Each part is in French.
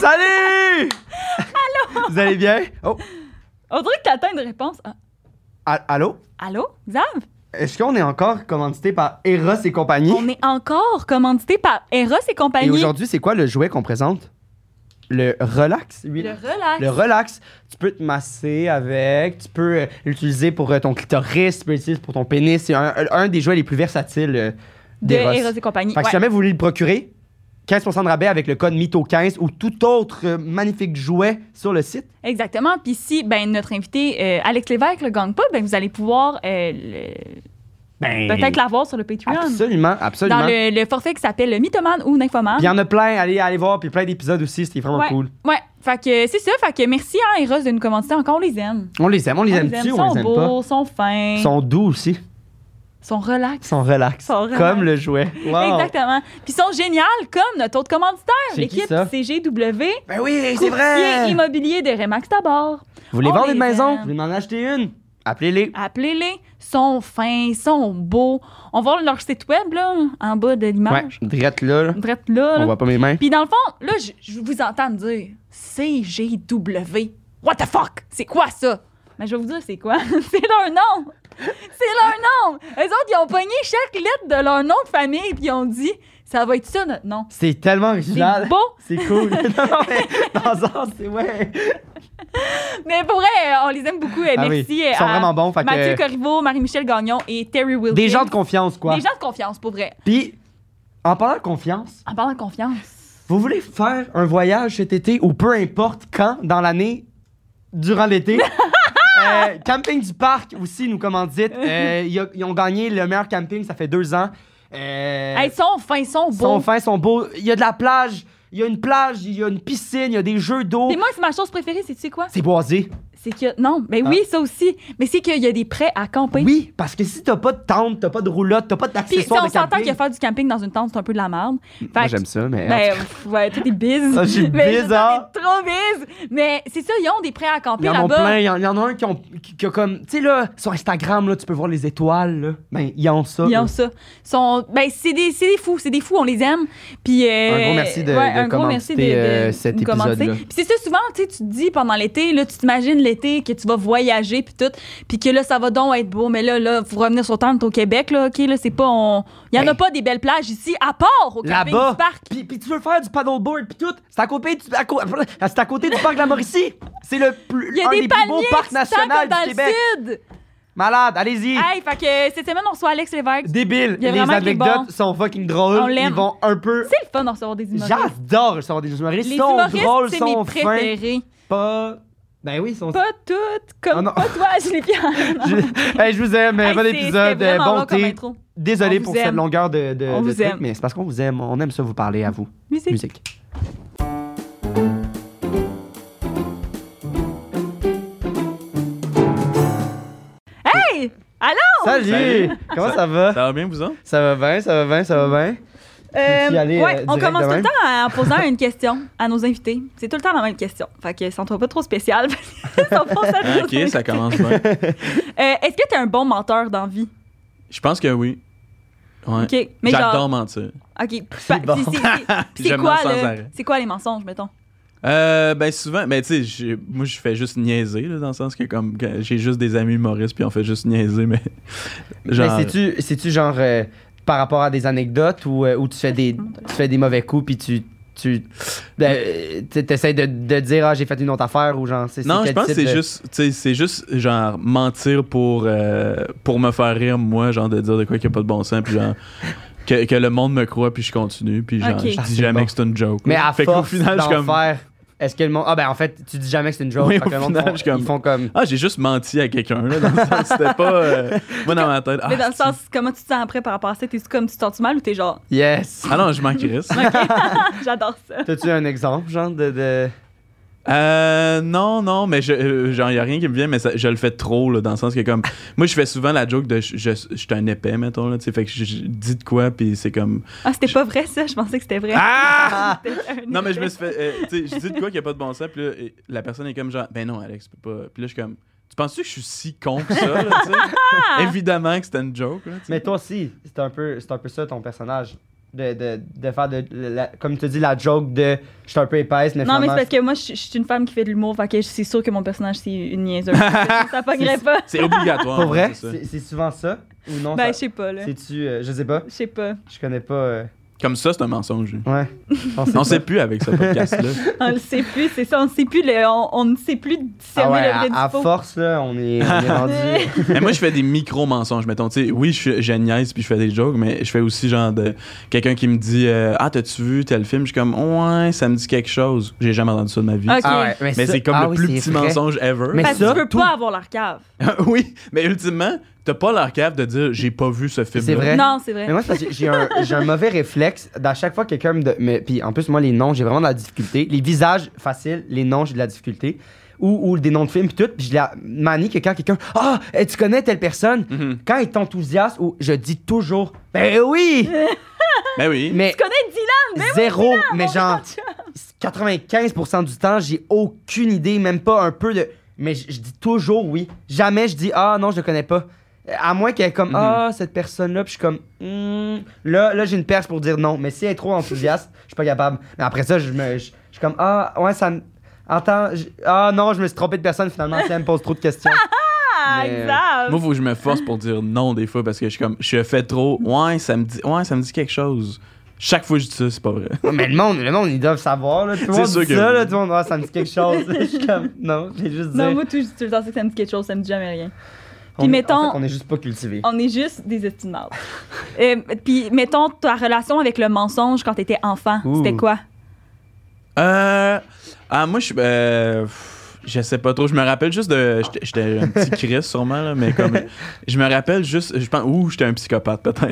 Salut! Allô? Vous allez bien? Oh, On dirait que t'attends une réponse. Ah, a- allô? Allô, Xav? Est-ce qu'on est encore commandité par Eros et compagnie? On est encore commandité par Eros et Et compagnie. aujourd'hui, c'est quoi le jouet qu'on présente? Le relax? oui. le relax. Le relax, tu peux te masser avec, tu peux euh, l'utiliser pour euh, ton clitoris, tu peux l'utiliser pour ton pénis. C'est un, euh, un des jouets les plus versatiles euh, de d'Eros. Eros et compagnie. Fait que si Ouais. jamais vous voulez le procurer, 15% de rabais avec le code MITO15 ou tout autre euh, magnifique jouet sur le site. Exactement. Puis si ben, notre invité euh, Alex Lévesque le gagne pas, ben, vous allez pouvoir euh, le- Ben, peut-être l'avoir sur le Patreon. Absolument, absolument. Dans le, le forfait qui s'appelle le mythomane ou Puis nymphomane. Il y en a plein, allez, allez voir, puis plein d'épisodes aussi, c'était vraiment Ah. Ouais. cool. Ouais, fait que c'est ça. Fait que merci à Eros de nous commanditer encore. On les aime. On les aime, on les Ah, aime-tu, on sont les aime pas? beaux, sont fins, Ils sont sont, doux aussi, ils relax. sont relax, Sont relax. comme le jouet. Wow. Exactement. Puis ils sont géniales comme notre autre commanditaire, C'est qui, l'équipe ça? CGW. Ben oui, c'est courtier vrai! immobilier de Remax d'abord. Vous voulez On vendre une les maison? aime. Vous voulez en acheter une? Appelez-les. Appelez-les. Ils sont fins, ils sont beaux. On voit leur site web, là, en bas de Ouais, l'image. drette là, là. Drette là. On là. voit pas mes mains. Ah, Puis dans le fond, là, je, je vous entends me dire CGW. What the fuck? C'est quoi ça? Mais je vais vous dire c'est quoi. c'est leur nom! C'est leur nom! Eux autres, ils ont pogné chaque lettre de leur nom de famille puis ils ont dit ça va être ça notre nom. C'est tellement original. C'est beau. C'est cool. non, non, mais dans le sens, c'est ouais. Mais pour vrai, euh, on les aime beaucoup. euh, Ah oui, merci euh, Ils sont à vraiment bons. Fait que, Mathieu euh, Corriveau, Marie-Michel Gagnon et Terry Wilkins. des gens de confiance, quoi. Des gens de confiance, pour vrai. Puis, en parlant de confiance, En parlant de confiance. vous voulez faire un voyage cet été ou peu importe quand dans l'année, durant l'été? Euh, camping du Parc aussi nous commandite. Euh, ils ont- ils ont gagné le meilleur camping, ça fait deux ans. Euh, Hey, ils sont fins, ils sont Ils sont beaux. fins, ils sont beaux. Il y a de la plage, il y a une plage, il y a une piscine, il y a des jeux d'eau. Et moi, c'est ma chose préférée, c'est tu sais quoi? C'est boisé. C'est que. Non, ben oui, ça aussi. Mais c'est qu'il y a des prêts à camper. Oui. parce que si t'as pas de tente, t'as pas de roulotte, t'as pas Puis si d'accessoires on de camping. s'entend que faire du camping dans une tente, c'est un peu de la merde. Fait que- ça, mais. Ben, pff, ouais, tout est bise. Ça, je suis Mais bise, je sais, hein? t'es trop bise. Mais c'est ça, ils ont des prêts à il y camper en a plein, là-bas. il y en, il y en a un qui, ont, qui, qui a comme. Tu sais, là, sur Instagram, là, tu peux voir les étoiles, là. Ben, ils ont ça. Ils là. ont ça. Ils Sont... Ben, c'est des, c'est des fous, c'est des fous, on les aime. Puis, euh, Un gros merci de- ouais, de un gros commenter, merci de, de euh, cet nous commenter. épisode-là. Puis c'est ça, souvent, tu sais, tu te dis pendant l'été, là, tu t'imagines l'été que tu vas voyager, puis tout, puis que là, ça va donc être beau, mais là, là, faut revenir sur tente au Québec, là, OK, là, c'est pas. on- Il y en Hey. a pas des belles plages ici, à part au camping Là-bas. du parc. Puis, puis tu veux faire du paddleboard, puis tout. C'est à côté du, à co- c'est à côté du parc de la Mauricie. C'est le plus, Il y a un des, des plus beaux palmiers parcs qui se tendent nationaux comme dans du le Québec. sud. Malade, allez-y. Hey, fait que cette semaine, on reçoit Alex Lévesque. Débile. Il y a Les vraiment des anecdotes bons. sont fucking drôles. On Ils l'aime. vont un peu. C'est le fun de recevoir des humoristes. J'adore le savoir des humoristes. Les Ils sont humoristes, drôles, c'est sont mes fins. préférés. Pas. Ben oui, ils sont. Pas toutes, Oh comme non. pas toi, Julie Pierre. Non. Je... Hey, je vous aime. Hey, bon c'est- épisode. euh, c'était vraiment Bon long comme thé. intro. Désolé On pour vous cette aime. longueur de, de, On de vous truc, aime. mais c'est parce qu'on vous aime. On aime ça vous parler à vous. Musique. Musique. Hey! Allô? Salut! Salut. Comment ça va? Ça va bien, vous autres? Ça va bien, ça va bien, ça va bien. Euh, veux-tu y aller, ouais, euh, on direct commence de tout le même? temps en- en posant une question à nos invités. C'est tout le temps la même question. Fait que ça ne trouve pas trop spécial. parce qu'on pose à nos invités. Ah, Ok, ça commence bien. Euh, Est-ce que t'es un bon menteur dans la vie? Je pense que oui. Ouais. OK. Mais J'adore genre. mentir. OK. C'est bon. Puis c'est- c'est- puis C'est Je quoi, mens sans le- arrêt. C'est quoi les mensonges, mettons? Euh, ben souvent, ben tu sais, j'ai- moi je fais juste niaiser, là, dans le sens que comme quand- j'ai juste des amis humoristes, puis on fait juste niaiser, mais. Genre. Mais c'est-tu, c'est-tu genre euh, par rapport à des anecdotes ou euh, ou tu fais des, tu fais des mauvais coups puis tu. Tu euh, tu- t'essaies de, de dire ah j'ai fait une autre affaire ou genre c'est c'est non, je quel pense que type c'est de- juste, tu sais, c'est juste genre mentir pour euh, pour me faire rire moi, genre de dire de quoi qu'il n'y a pas de bon sens, puis genre que, que le monde me croit, puis je continue, puis genre Ok. je Ah, c'est dis jamais bon. que c'est une joke. Mais là. à fait qu'au force final, je d'en suis comme faire, est-ce que le monde... Ah ben en fait, tu dis jamais que c'est une joke. Oui, fait que au le monde final, font- je suis comme- Ils font comme... ah j'ai juste menti à quelqu'un là, dans le sens c'était pas euh, moi dans ma tête. Mais ah, dans le sens, comment tu te sens après par rapport à ça? T'es-tu comme tu te sens mal ou t'es genre, Yes. Ah non, je m'en crisse. j'adore ça? T'as-tu un exemple, genre, de... de... Euh, non, non, mais je, euh, genre, y a rien qui me vient, mais ça- je le fais trop, là, dans le sens que, comme, moi, je fais souvent la joke de je, je, je suis un épais, mettons, là, tu sais, fait que je, je dis de quoi, puis c'est comme. Ah, c'était pas vrai ça? Je pensais que c'était vrai. Ah! C'était un Non, mais je me effet. suis fait. euh, tu sais, je dis de quoi qu'il n'y a pas de bon sens, puis là, et la personne est comme, genre, ben non, Alex, tu peux pas. Puis là, je suis comme, tu penses-tu que je suis si con que ça, là, tu sais? Évidemment que c'était une joke, là, tu sais. Mais toi aussi, c'est un, peu, c'est un peu ça, ton personnage. de, de, de faire, de, la- comme tu dis, la joke de je suis un peu épaisse, mais Non, mais c'est finalement, parce que moi, je je suis une femme qui fait de l'humour. Fait que c'est sûr que mon personnage, c'est une niaiseuse. ça pognerait pas. C'est obligatoire. Pour hein, vrai, c'est ça. c'est c'est souvent ça ou non? Ben, ça- je sais pas, là. C'est-tu. euh, je sais pas. Je sais pas. Je connais pas. euh, Comme ça, c'est un mensonge. Ouais. On On pas. sait plus avec ce podcast-là. On le sait plus, c'est ça. On ne sait plus, le- on, on ne sait plus discerner Ah ouais, le vrai à, à du faux. force, là, on est, on est rendu. mais moi, je fais des micro-mensonges. Mettons, tu sais, oui, je, suis- je niaise puis je fais des jokes, mais je fais aussi genre de quelqu'un qui me dit euh, Ah, t'as-tu vu tel film Je suis comme Ouais, ça me dit quelque chose. J'ai jamais entendu ça de ma vie. Ok. Ah ouais, Mais ça- c'est comme ah le oui, plus c'est petit vrai. mensonge ever. Mais Parce que ça, tu peux tout- pas avoir leur cave. oui, mais ultimement, t'as pas leur cave de dire J'ai pas vu ce film. C'est vrai. Non, c'est vrai. Mais moi, c'est parce que j'ai un, j'ai un mauvais réflexe. À chaque fois que quelqu'un me. de- mais- Puis en plus, moi, les noms, j'ai vraiment de la difficulté. Les visages, faciles. Les noms, j'ai de la difficulté. Ou, ou des noms de films, puis tout. Puis je la manie que quand quelqu'un. Ah, eh, tu connais telle personne. Mhm. Quand il est enthousiaste, ou je dis toujours. Ben oui! Ben oui. Mais Tu connais Dylan? zéro. mais mon genre, Dieu. 95% du temps, j'ai aucune idée, même pas un peu de. Mais je je dis toujours oui. Jamais je dis ah non, je le connais pas. Euh, À moins qu'elle est comme Mhm. ah cette personne-là, puis je suis comme Hmm. là là j'ai une perche pour dire non. Mais si elle est trop enthousiaste, je suis pas capable. Mais après ça, je me je, je suis comme ah ouais ça me attends je- ah non je me suis trompé de personne finalement. Si elle me pose trop de questions. Ah, Mais, euh, grave. Moi, faut que je me force pour dire non des fois parce que je suis comme, je fais trop. Ouais, ça me dit, ouais, ça me dit quelque chose. Chaque fois que je dis ça, c'est pas vrai. Ouais, mais le monde le monde ils doivent savoir là. Tout le C'est monde sûr dit que ça oui. là, tout le monde ah, ça me dit quelque chose. je suis comme non, j'ai juste dit. Non, moi, tout, tout le temps, c'est que ça me dit quelque chose, ça me dit jamais rien. on, est- en mettons- fait, on est juste pas cultivé. On est juste des estimes euh, Puis, mettons, ta relation avec le mensonge quand t'étais enfant, Ouh. c'était quoi? Euh. Ah, moi, je suis. euh, pff, je sais pas trop. Je me rappelle juste de. j'étais- J'étais un petit Chris, sûrement, là, mais comme. Je me rappelle juste. Je pense. Ouh, j'étais un psychopathe, peut-être.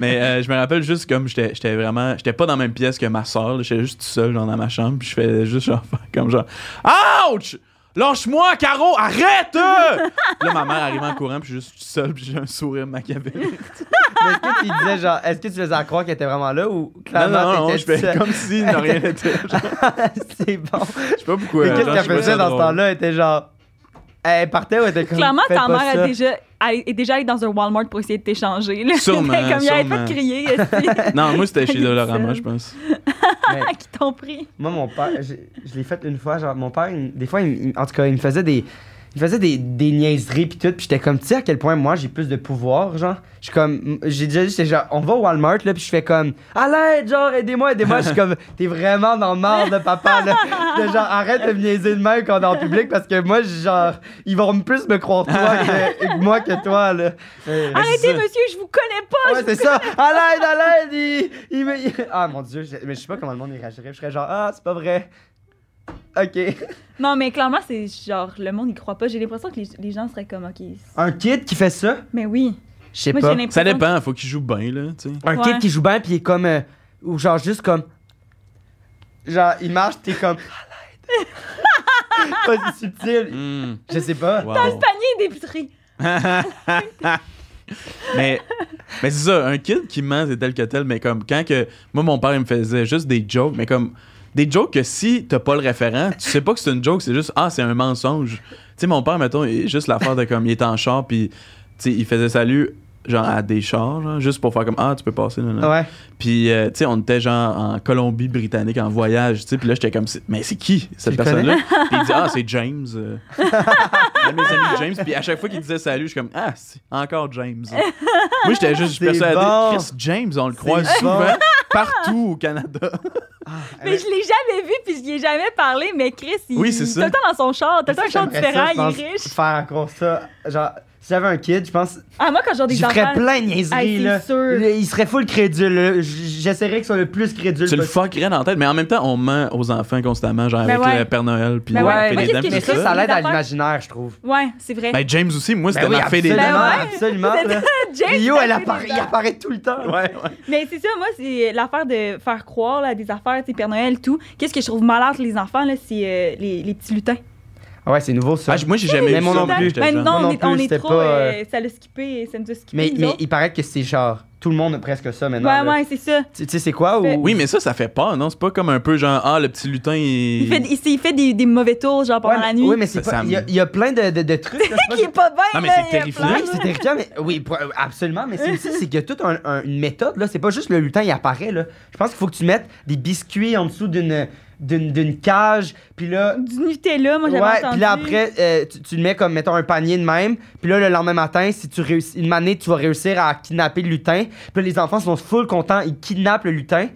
mais euh, je me rappelle juste comme j'étais j'étais vraiment. J'étais pas dans la même pièce que ma soeur. J'étais juste tout seul genre, dans ma chambre. Puis je faisais juste genre. faire Comme genre. Ouch! Lâche-moi, Caro! Arrête! euh! Puis là, ma mère arrive en courant, puis je suis juste tout seul, puis j'ai un sourire machiavélique. Mais est-ce que tu disais genre, est-ce que tu faisais à croire qu'elle était vraiment là ou Non, clairement non, non, je t'étais fais seul? comme si de rien n'était. Genre, C'est bon. Je sais pas pourquoi. Mais qu'est-ce genre, je qu'elle sais pas, faisait c'est dans ce drôle. temps-là? Elle était genre. Elle partait ou elle était comme. Clairement, fais ta pas mère ça. est déjà, elle est déjà allée dans un Walmart pour essayer de t'échanger. là. Sûrement, comme il avait sûrement. fait crier, est-ce Non, moi, c'était chez Il est Dolorama, seul. je pense. Mais qui t'ont pris? moi, mon père, je, je l'ai fait une fois. Genre, mon père, il- des fois, il- il- en tout cas, il me faisait des. Il me faisait des, des niaiseries pis tout, pis j'étais comme, tu sais à quel point moi j'ai plus de pouvoir, genre. Je suis comme, j'ai déjà dit, j'étais genre, on va au Walmart là, pis je fais comme, à l'aide, genre, aidez-moi, aidez-moi. Je suis comme, t'es vraiment dans le marre de papa là. De genre, arrête de me niaiser de même quand on est en public parce que moi, genre, ils vont plus me croire toi que, que moi que toi là. Euh, Arrêtez, ça. monsieur, je vous connais pas! Ouais, c'est ça. À l'aide, à l'aide. Il, il me- il- Ah, mon Dieu. je- Mais je sais pas comment le monde y réagirait. Je serais genre, ah, c'est pas vrai. OK. Non, mais clairement, c'est genre, le monde, il croit pas. J'ai l'impression que les, les gens seraient comme, OK. c'est- Un kid qui fait ça? Mais oui. Je sais Moi, pas. j'ai l'impression. Ça dépend, faut qu'il joue bien, là, tu sais. Un Ouais. kid qui joue bien, puis il est comme... euh, ou genre juste comme... Genre, il marche, t'es comme... À l'aide. pas si subtil. Hmm, Je sais pas. wow. Dans le panier d'épicerie. mais mais c'est ça, un kid qui ment, c'est tel que tel, mais comme quand que. Moi, mon père, il me faisait juste des jokes, mais comme. Des jokes que si t'as pas le référent, tu sais pas que c'est une joke, c'est juste Ah, c'est un mensonge. Tu sais, mon père, mettons, il- juste l'affaire de comme il était en char, puis tu sais, il faisait salut, genre à des chars, genre, juste pour faire comme Ah, tu peux passer, non, non. Ouais. Puis, euh, tu sais, on était genre en Colombie-Britannique en voyage, tu sais. Puis là, j'étais comme, C'est- mais c'est qui cette Tu le personne-là? Puis il dit, ah, c'est James. euh. Un de mes amis James. Puis à chaque fois qu'il disait salut, je suis comme, ah, c'est encore James. Moi, j'étais juste C'est persuadé, bon. Chris James, on le croise C'est souvent bon. partout au Canada. Mais je l'ai jamais vu, puis je lui ai jamais parlé. Mais Chris, il. Oui, c'est ça. Tout le temps dans son char. Tout le temps un char J'aimerais ça, différent, je pense, il est riche. Faire encore ça. Genre, si j'avais un kid, je pense... Ah, moi, quand j'ai des J'y enfants. ferais plein de niaiseries, Hey, c'est là. sûr. Il serait full crédule. là. J- J'essaierais qu'il soit le plus crédule tu le possible. fuckerais dans la tête. Mais en même temps, on ment aux enfants constamment, genre Ben avec ouais. le Père Noël, puis Ben la ouais. fée Moi, des qu'est-ce dames, qui puis Mais est tout ça, triste, ça. ça l'aide à Affaire. l'imaginaire, je trouve. Ouais, c'est vrai. Ben, James aussi, moi, c'était Ben oui, ma fée des absolument, dames. Ben ouais. absolument. là. Yo, James, il elle a fait des apparaît, il affaires. apparaît tout le temps. Ouais, ouais. Mais c'est ça, moi, c'est euh, l'affaire de faire croire là, à des affaires, tu sais, Père Noël, tout. Qu'est-ce que je trouve malade, les enfants, là, c'est euh, les, les petits lutins. Ah ouais, c'est nouveau ça. Ah, j- moi, j'ai jamais Mais eu moi ça. non quand plus. j'étais Ben jeune. non, Moi on non est, plus, on est c'était trop. pas, euh, euh, ça l'a skippé, ça nous a skippé. mais nous mais autres. il paraît que c'est genre. Tout le monde a presque ça maintenant. ouais, là. ouais, c'est ça. Tu tu sais, c'est quoi ou... Oui, mais ça, ça fait peur, non? C'est pas comme un peu genre, ah, le petit lutin, il. Il fait, il, s'est- il fait des, des mauvais tours, genre pendant Ouais, mais- la nuit. Oui, mais c'est Ça, pas. ça me- Il y a- il y, a plein de, de, de trucs. là, c'est Qui est pas bien, Non, mais là, c'est il y a terrifiant. plein. Oui, c'est terrifiant, mais oui, pour- euh, absolument. Mais c'est aussi, c'est qu'il y a toute un- un- une méthode. là. C'est pas juste le lutin, il apparaît. Là. Je pense qu'il faut que tu mettes des biscuits en dessous d'une d'une d'une cage. Puis là, Du Nutella, moi, j'avais ouais, entendu. puis là après, euh, tu, tu le mets comme, mettons, un panier de même. Puis là, le lendemain matin, si tu réussis, une année, tu vas réussir à kidnapper le lutin. Puis là, les enfants sont full contents, ils kidnappent le lutin.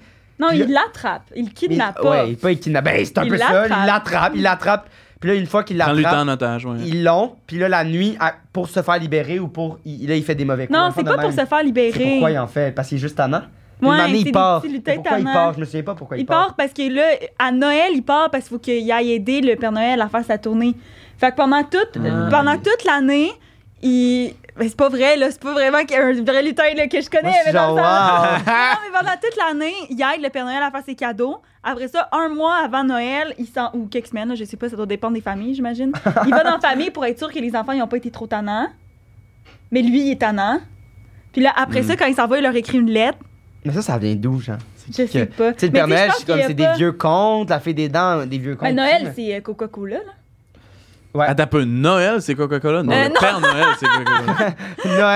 Non, puis il l'attrape. Il le Mais- kidnappe pas. Ouais, pas ils kidnappent. Ben, c'est un Ils peu ça, l'attrapent. ils l'attrapent, ils l'attrapent. Puis là, une fois qu'ils Prends le temps l'attrapent, en otage, ouais. ils l'ont. Puis là, la nuit, à- pour se faire libérer ou pour. il- là, il fait des mauvais coups. Non, Enfant c'est de pas pour même. se faire libérer. C'est pourquoi il en fait Parce qu'il est juste tannant. Ouais, Une année, c'est des il part. petits lutins Mais Pourquoi il tannants. part Je me souviens pas pourquoi il, Il part parce que là, à Noël, il part parce qu'il faut qu'il aille aider le Père Noël à faire sa tournée. Fait que pendant toute, Ah. pendant toute l'année, il. Ben, c'est pas vrai, là. C'est pas vraiment qu'il y a un vrai lutin là, que je connais. Moi, je suis mais genre, dans le sens- wow. Non, mais pendant toute l'année, il aide le Père Noël à faire ses cadeaux. Après ça, un mois avant Noël, il s'en- ou quelques semaines, là, je sais pas, ça doit dépendre des familles, j'imagine. Il va dans la famille pour être sûr que les enfants n'ont pas été trop tannants. Mais lui, il est tannant. Puis là, après Mm. Hmm. ça, quand il s'en va, il leur écrit une lettre. Mais ça, ça vient d'où, genre C'est Je qui que- sais Tu pas. sais, le Mais Père tu sais, je Noël, pense c'est comme qu'il y a c'est pas- des vieux contes, la fée des dents, des vieux contes. Ben, Noël, tu sais, c'est euh, Coca-Cola, là. Ouais. Attends un peu, Ah, Noël, c'est Coca-Cola? Non, Euh, le non. Père Noël, c'est Coca-Cola.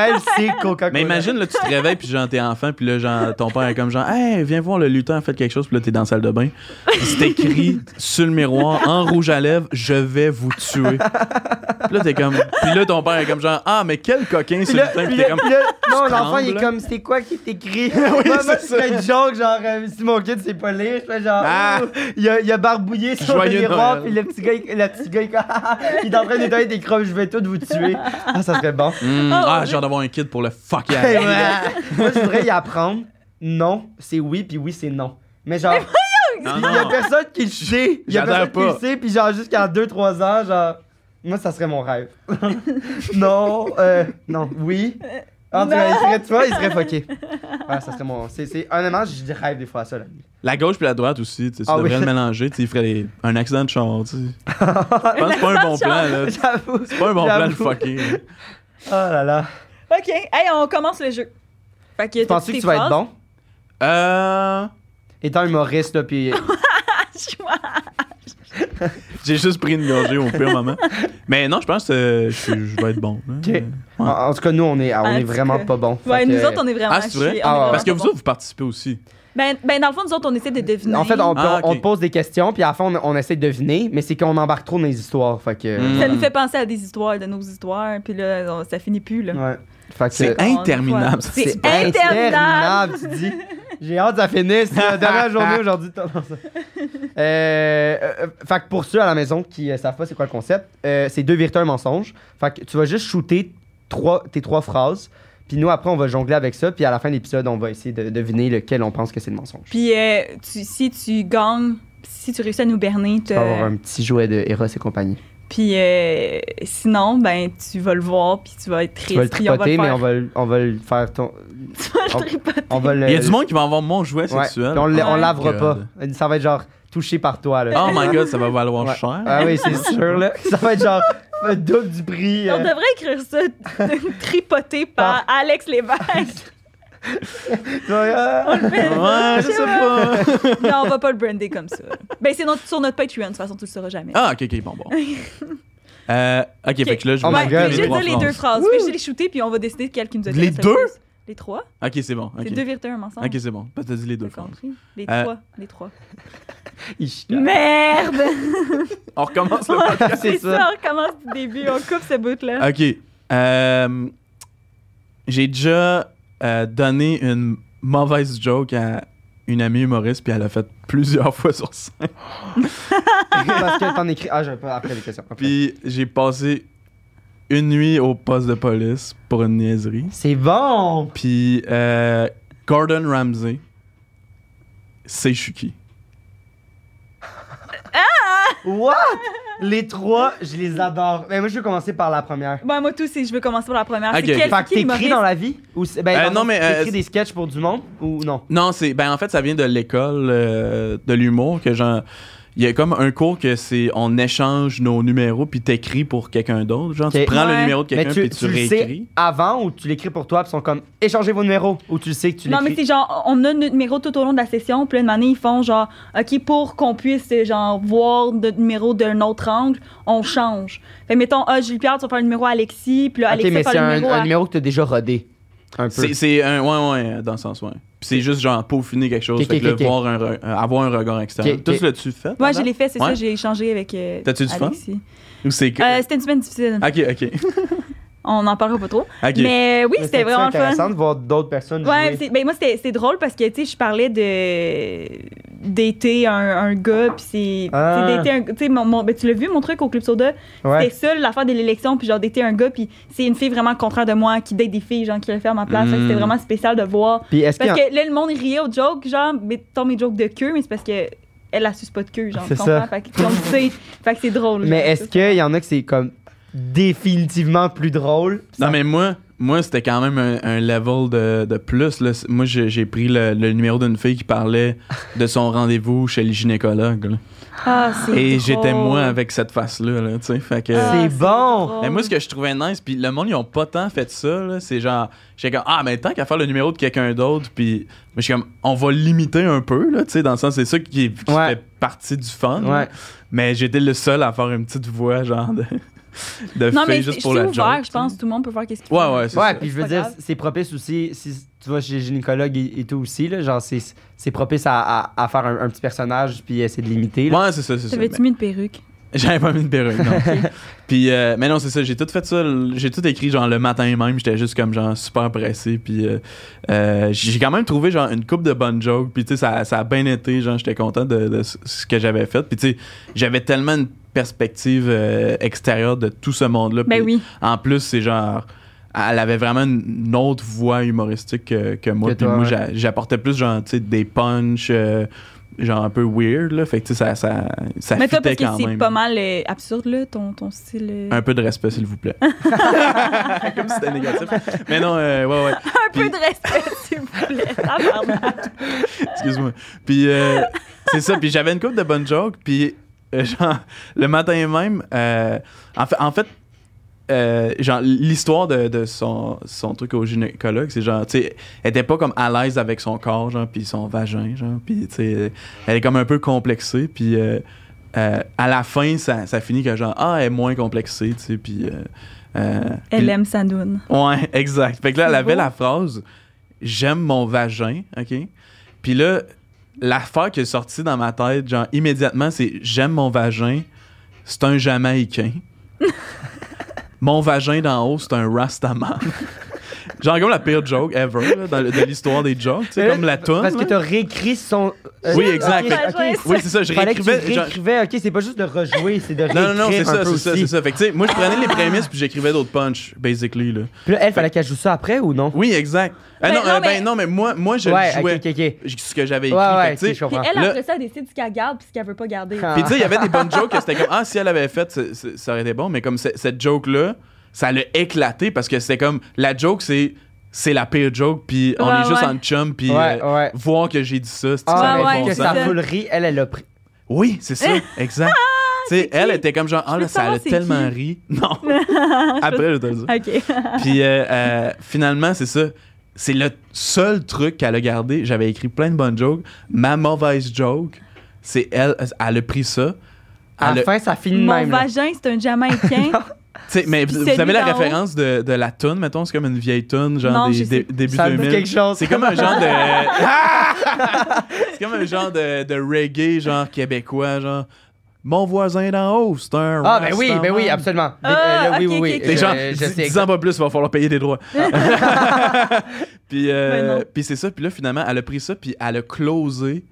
Noël, c'est Coca-Cola. Mais imagine, là, tu te réveilles, puis genre, t'es enfant, puis là, genre, ton père est comme genre, hey, viens voir le lutin, fait quelque chose, puis là, t'es dans la salle de bain. Puis c'est écrit sur le miroir, en rouge à lèvres, je vais vous tuer. Puis là, t'es comme. Puis là, ton père est comme genre, ah, mais quel coquin, ce Puis là, lutin, puis puis t'es là- comme. puis là, non, trembles, l'enfant, il est là. comme, c'est quoi qui t'écrit? Moi, moi, c'est je fais une joke, genre, euh, si mon kid sait pas lire, je fais genre, Ah. oh, il, a, il a barbouillé sur Joyeux le miroir, Noël. puis le petit gars, il- le petit gars, il, ah, il est en train d'éteindre des crocs, je vais tous vous tuer. Ah, ça serait bon. Hmm, Oh, ah, oui. j'ai hâte d'avoir un kid pour le fuck Ouais. yeah. Moi, je voudrais y apprendre. Non, c'est oui, puis oui, c'est non. Mais genre, Non, il y a Ah non. personne qui le sait. Il y a J'adhère personne qui le pas. sait, puis genre, jusqu'à 2-3 ans, genre, moi, ça serait mon rêve. non, euh, non, oui. En tout cas, il serait, tu vois, il serait fucké. Ouais, ça serait mon. C'est, c'est, honnêtement, je rêve des fois à ça, la nuit. La gauche puis la droite aussi, tu sais, tu Ah oui. devrais le mélanger, tu sais, il ferait les- un accident de char, tu sais. Je pense que c'est pas un bon plan, là. Euh, C'est J'avoue. pas un bon plan de J'avoue. fucking. Oh là là. OK. Hey, on commence le jeu. Fait que Tu penses que tu vas être bon? Euh. Étant humoriste, là, puis. J'ai juste pris une gorgée au pire moment. Mais non, je pense que je, suis- je vais être bon. hein. Ok. En, en tout cas, nous, on est, on En est tout vraiment cas. pas bon. Ouais, nous autres, on est vraiment Ah, c'est vrai? chiés, on est Ah, ouais. vraiment Parce que pas vous bons. autres, vous participez aussi. Ben, ben, dans le fond, nous autres, on essaie de deviner. En fait, on, Ah, on- on ok. te pose des questions, puis à la fin, on, on essaie de deviner, mais c'est qu'on embarque trop dans les histoires. Fait que. Mm. Ça voilà. nous fait penser à des histoires, de nos histoires, puis là, on- ça finit plus, là. Ouais. Fait que. C'est interminable. ça. C'est- interminable, tu dis. J'ai hâte que ça finisse. C'est la dernière journée aujourd'hui. de temps dans ça. Euh, euh, fait que pour ceux à la maison qui euh, savent pas c'est quoi le concept, euh, c'est deux vérités un mensonge. Fait que tu vas juste shooter trois, tes trois phrases. Puis nous, après, on va jongler avec ça. Puis à la fin de l'épisode, on va essayer de deviner lequel on pense que c'est le mensonge. Puis euh, tu- si tu gagnes, si tu réussis à nous berner, Tu t'as- vas avoir un petit jouet de Eros et compagnie. puis euh, sinon, ben, tu vas le voir, puis tu vas être triste. Tu vas le puis on va tripoter, mais faire- on va, le- on va le faire. ton- Tu vas le on- tripoter. on va le- Il y a du monde qui va avoir mon jouet Euh, Ouais. sexuel. Puis Oh On, l'a- on Ouais. lavera pas. God. Ça va être genre touché par toi. Là. Oh my god, ça va valoir Ouais. cher. Ah oui, c'est sûr. Là. Ça va être genre le double du prix. On euh, devrait écrire ça, tripoté par Ah. Alex Lévesque. tu vois, euh, Ah, Ouais, je sais pas. non, on va pas le brander comme ça. Ben, c'est notre- sur notre Patreon, de toute façon, tu le sauras jamais. Ah, ok, ok, bon, bon. Euh, ok, fait que là, je Oh my vais ouais, God. fais les juste trois dire les deux phrases. phrases. Fais juste les shooter, puis on va décider quelle qui nous a Les fait le deux? plus. Les trois? Ok, c'est bon. ok. C'est deux véritables ensemble. Ok, c'est bon. Parce que T'as dit les deux T'as phrases. compris? Les Euh, trois. Les trois. il chicane. Merde! On recommence le ah, C'est c'est ça. ça. on commence du début, on coupe ce bout-là. OK. Euh, j'ai déjà euh, donné une mauvaise joke à une amie humoriste, puis elle l'a fait plusieurs fois sur scène. Parce que t'en écris. Ah, j'aurais pas après les questions. Après. Puis j'ai passé une nuit au poste de police pour une niaiserie. C'est bon! Puis euh, Gordon Ramsay, c'est je suis qui? What? Les trois, je les adore. Mais moi, je vais commencer par la première. Bon, moi, tout, c'est je veux commencer par la première. Ok. C'est quel Fait que qui est t'écris humoriste? dans la vie? Ou c'est- ben, Euh, dans non, le sens, mais, euh, T'écris des sketchs pour du monde? Ou non? Non, c'est ben en fait ça vient de l'école euh, de l'humour que genre il y a comme un cours que c'est on échange nos numéros puis t'écris pour quelqu'un d'autre. Genre, Ok. tu prends le Ouais. numéro de Mais quelqu'un puis tu, le sais réécris. avant ou tu l'écris pour toi, puis ils sont comme échangez vos numéros ou tu le sais que tu Non, mais c'est l'écris. genre, on a notre numéro tout au long de la session, puis là, une année, ils font genre, OK, pour qu'on puisse, euh, genre, voir notre numéro d'un autre angle, on change. Fait, mettons, ah, Jules-Pierre, tu vas faire le numéro à Alexis, puis là, Ok, Alexis mais va c'est faire le un, numéro un à... numéro que t'as déjà rodé. Un peu. C'est, c'est un. Ouais, ouais, dans le sens, ouais. Puis c'est juste genre peaufiner quelque chose. Ok, fait que ok, là, ok. voir un re- euh, avoir un regard extérieur. Ok, Tous ok. l'as-tu fait? Moi, Adam? je l'ai fait, c'est ça, Ouais. j'ai échangé avec euh, T'as-tu du fun? Alexis. Ou c'est que. Euh, c'était une semaine difficile. Ah. ok, ok. On n'en parlera pas trop. Ok. Mais oui, Mais c'était c'est-tu vraiment le fun. intéressant de voir d'autres personnes Ouais, jouer. c'est- ben moi c'était c'était drôle parce que tu sais je parlais de d'été un, un gars puis c'est Ah. tu sais, d'été un tu sais mon, mon- ben, tu l'as vu mon truc au club soda Ouais. c'était ça l'affaire de l'élection puis genre d'été un gars puis c'est une fille vraiment contraire de moi qui date des filles genre qui le fait à ma place Fait que c'était Mm. vraiment spécial de voir Puis est-ce qu'il y parce a- que là le monde riait aux jokes genre mais tant mes jokes de queue mais c'est parce que elle la suce pas de queue genre C'est tu comprends? ça. fait que comme tu sais fait que c'est drôle Mais genre, est-ce ça. qu'il y en a que c'est comme définitivement plus drôle? Non, mais moi, moi c'était quand même un, un level de, de plus. là. C'est- Moi, j'ai, j'ai pris le, le numéro d'une fille qui parlait de son rendez-vous chez le gynécologue. là. ah, c'est Et drôle. j'étais moi avec cette face-là, là, tu sais. Fait que. Ah, C'est bon. drôle. Mais Ben, moi, ce que je trouvais nice, puis le monde, ils ont pas tant fait ça, là. C'est genre, j'étais comme, ah, mais tant qu'à faire le numéro de quelqu'un d'autre, puis. Mais je suis comme, on va limiter un peu, là, tu sais, dans le sens, c'est ça qui, qui Ouais. fait partie du fun. Ouais. Mais j'étais le seul à faire une petite voix, genre, de, de non fille mais juste c'est pour la joke. ouvert je tu sais. pense tout le monde peut faire qu'est-ce qu'il Ouais, veut. ouais, c'est Ouais, ça. puis je C'est veux pas dire, grave. c'est propice aussi, si tu vas chez le gynécologue et, et tout aussi, là, genre, c'est c'est propice à, à- à faire un, un petit personnage puis essayer de l'imiter. là. Ouais, c'est ça, c'est ça. T'avais-tu mis une perruque? Mais J'avais pas mis une perruque, non. puis, euh, mais non, c'est ça, j'ai tout fait ça, l- j'ai tout écrit, genre, le matin même, j'étais juste comme, genre, super pressé, puis euh, euh, j'ai quand même trouvé, genre, une coupe de bonnes jokes, puis, tu sais, ça, ça a bien été, genre, j'étais content de, de ce- ce que j'avais fait, puis, tu sais, j'avais tellement une perspective euh, extérieure de tout ce monde-là, Ben puis oui. En plus, c'est genre. Elle avait vraiment une une autre voix humoristique que, que moi. Que Puis toi, moi, ouais. j'a- j'apportais plus, genre, tu sais, des punchs, euh, genre un peu weird, là. Fait que, tu sais, ça, ça, ça Mais toi, parce fitait que quand c'est même. pas mal euh, absurde, là, ton, ton style. euh, Un peu de respect, s'il vous plaît. Comme si c'était négatif. Mais non, euh, ouais, ouais. Un peu puis- de respect, s'il vous plaît. Ah, pardon. Excuse-moi. Puis euh, c'est ça. Puis j'avais une couple de bonnes jokes. Puis euh, genre le matin même, euh, en fait, en fait euh, genre l'histoire de, de son, son truc au gynécologue, c'est genre, tu sais, elle était pas comme à l'aise avec son corps, genre, puis son vagin, genre, puis tu sais, elle est comme un peu complexée. Puis euh, euh, à la fin, ça, ça finit que genre, ah, elle est moins complexée, tu sais, puis. euh, euh, Elle puis- aime sa noune. Ouais, exact. Fait que là, C'est elle avait beau. la phrase J'aime mon vagin, OK? Puis là, l'affaire qui est sortie dans ma tête, genre immédiatement, c'est J'aime mon vagin, c'est un Jamaïcain. mon vagin d'en haut, c'est un Rastaman. genre, comme la pire joke ever là, dans le- de l'histoire des jokes, tu sais, Mais là, comme la toune. Euh, Parce que là. t'as réécrit son. euh, Oui, ok, exact. ok. Fallait Oui, c'est ça, je Fallait que tu réécrivais. genre- réécrivais, ok, c'est pas juste de rejouer, c'est de réécrire Non, non, non, c'est un ça, peu c'est ça, aussi. c'est ça. Fait que, tu sais, moi, je prenais les prémices puis j'écrivais d'autres punch, basically, là. Puis là, elle, fallait qu'elle joue ça après ou non? Oui, exact. Ah, Ben non, non, euh, ben, mais- non, mais moi, moi je le ouais, jouais. ok, ok, ok. Ouais, j- ce que j'avais écrit. ouais, fait que, tu sais, ok, je Puis comprends. elle, Là- après ça, elle décide ce qu'elle garde puis ce qu'elle veut pas garder. Ah. Puis tu sais, il y avait des bonnes jokes que c'était comme ah si elle avait fait, c'est- c'est- ça aurait été bon, mais comme c'est- cette joke là, ça l'a éclaté parce que c'était comme la joke c'est c'est la pire joke puis on Ouais, est juste ouais. en chum puis Ouais, euh, ouais. voir que j'ai dit ça, c'est Ah, ça ouais, avait ouais, bon que c'est sens. sa ça. foulerie, elle, elle a pris. Oui, c'est ça, exact. tu sais, elle Ah, qui? était comme genre ah Je là veux ça savoir l'a c'est tellement qui. ri. Non. Après je te le dis. OK. Puis euh, euh, finalement, c'est ça. C'est le seul truc qu'elle a gardé. J'avais écrit plein de bonnes jokes. Ma mauvaise joke, c'est elle, elle a pris ça. À Elle la a- fin, ça finit de Mon même. là. vagin, c'est un Jamaïcain. Tu sais, mais Puis vous celui avez la d'en haut. référence de, de la toune, mettons, c'est comme une vieille toune, genre Non, des, je sais. dé- début Ça me dit 2000. quelque chose. C'est comme un genre de. Ah! c'est comme un genre de, de reggae, genre québécois, genre. Mon voisin d'en haut, c'est un. Ah, ben oui, Rastaman. ben oui, absolument. Mais, Ah, euh, là, oui, ok, oui, ok, oui. ok. Les je- gens, je sais. dis-en pas plus, il va falloir payer des droits. puis euh, Ben non. puis c'est ça, puis là, finalement, elle a pris ça, puis elle a closé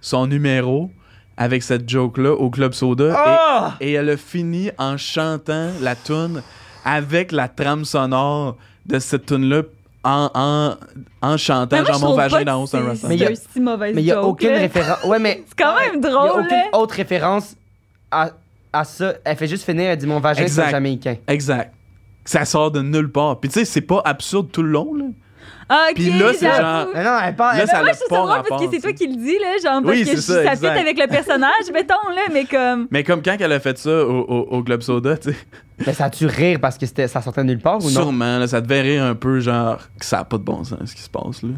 son numéro avec cette joke-là au Club Soda. Et Oh! Ah! et elle a fini en chantant la tune avec la trame sonore de cette tune là en, en, en chantant Mais moi, genre je mon trouve vagin pas dans que c'est un c'est- rasta. Mais il y C'est a- un si mauvais Mais il n'y a aucune référence. Ouais, mais. C'est quand même Il n'y a drôle, là. aucune autre référence à, à ça. Elle fait juste finir, elle dit mon vagin, c'est Exact. jamaïcain. Exact. Ça sort de nulle part. Puis tu sais, c'est pas absurde tout le long là. Ok, Puis là, c'est j'avoue. genre- Mais non, elle parle. Là, elle- ça Mais moi, a je trouve pas ça drôle rapport, parce que c'est ça. toi qui le dis, là, genre, parce Oui, que c'est je- ça, ça fit exact. avec le personnage, mettons, là, mais comme... Mais comme quand elle a fait ça au, au- au Globe Soda, tu sais. Mais ça a-tu rire parce que c'était- ça sortait de nulle part ou non? Sûrement, là, ça devait rire un peu, genre, que ça n'a pas de bon sens, ce qui se passe, là.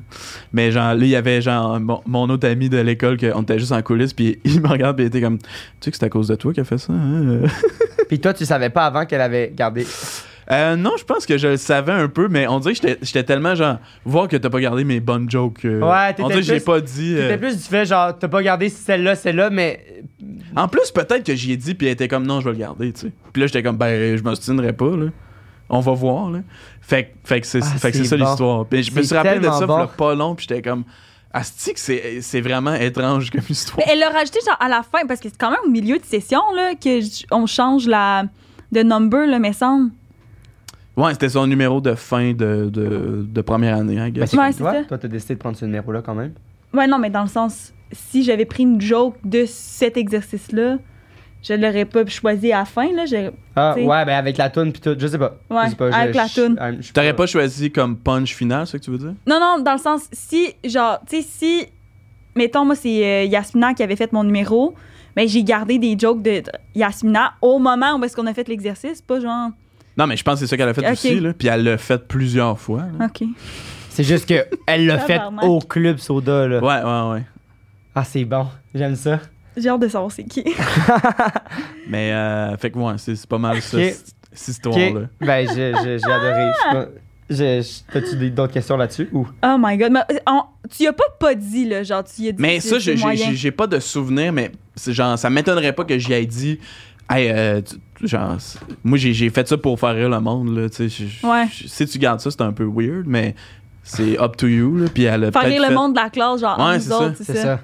Mais genre, là, il y avait, genre, mon, mon autre ami de l'école, que- on était juste en coulisses, puis il me regarde, puis il était comme, tu sais que c'est à cause de toi qu'elle a fait ça, hein? Puis toi, tu savais pas avant qu'elle avait gardé. Euh, non, je pense que je le savais un peu, mais on dirait que j'étais- j'étais tellement, genre, voir que t'as pas gardé mes bonnes jokes. euh, Ouais, t'étais On dirait que je l'ai plus- pas dit. euh, C'était plus du fait, genre, t'as pas gardé celle-là, celle-là, mais. En plus, peut-être que j'y ai dit, puis elle était comme, non, je vais le garder, tu sais. Puis là, j'étais comme, ben, je m'obstinerai pas, là. On va voir, là. Fait, que- fait que c'est Ah, fait que c'est c'est ça bon. l'histoire. Puis je me C'est suis rappelé de tellement ça, bon. il pas long, puis j'étais comme, asti que c'est c'est vraiment étrange comme Mais histoire. elle l'a rajouté, genre, à la fin, parce que c'est quand même au milieu de session, là, que j- on change la... de number, là, mais semble. Ouais, c'était son numéro de fin de, de, de première année, hein, Ben, guess. c'est Ouais, comme c'est toi. ça. Toi, t'as décidé de prendre ce numéro-là quand même. Ouais, non, mais dans le sens, si j'avais pris une joke de cet exercice-là, je l'aurais pas choisi à la fin, là, j'aurais- Ah, T'sais. ouais, ben avec la toune, pis tout. Je sais pas. Ouais, Je sais pas, je- avec la je- toune. je- je- T'aurais pas choisi comme punch final, c'est ce que tu veux dire? Non, non, dans le sens, si, genre, tu sais, si, mettons, moi, c'est euh, Yasmina qui avait fait mon numéro, mais j'ai gardé des jokes de de Yasmina au moment où est-ce qu'on a fait l'exercice, pas genre, Non, mais je pense que c'est ça qu'elle a fait Ok. aussi, là. Puis elle l'a fait plusieurs fois. Ah. là. OK. C'est juste que elle l'a fait Tabarnak. au club soda, là. Ouais, ouais, ouais. Ah, c'est bon. J'aime ça. J'ai hâte de savoir c'est qui. Mais, euh, fait que, ouais, c'est c'est pas mal ça, Ok. c- cette Ok. histoire-là. Ben, j'ai j'ai- j'ai adoré. Je Ah! sais pas- j'ai- j'ai- T'as-tu des- d'autres questions là-dessus? Ou. Oh my God. Mais, euh, on- tu y as pas pas dit, là, genre, tu y as dit. Mais c'est- ça, c'est j'ai- j'ai moyen. j'ai- j'ai pas de souvenir, mais c'est genre, ça m'étonnerait pas que j'y aille dit. Hey, euh, tu- tu- genre, c'est- moi, j'ai j'ai fait ça pour faire rire le monde. Là, tu sais, je- je- Ouais. je- si tu gardes ça, c'est un peu weird, mais c'est up to you. Là, puis elle a Faire peut-être rire fait- le monde de la classe, genre, Ouais, entre c'est nous ça, autres, c'est ça.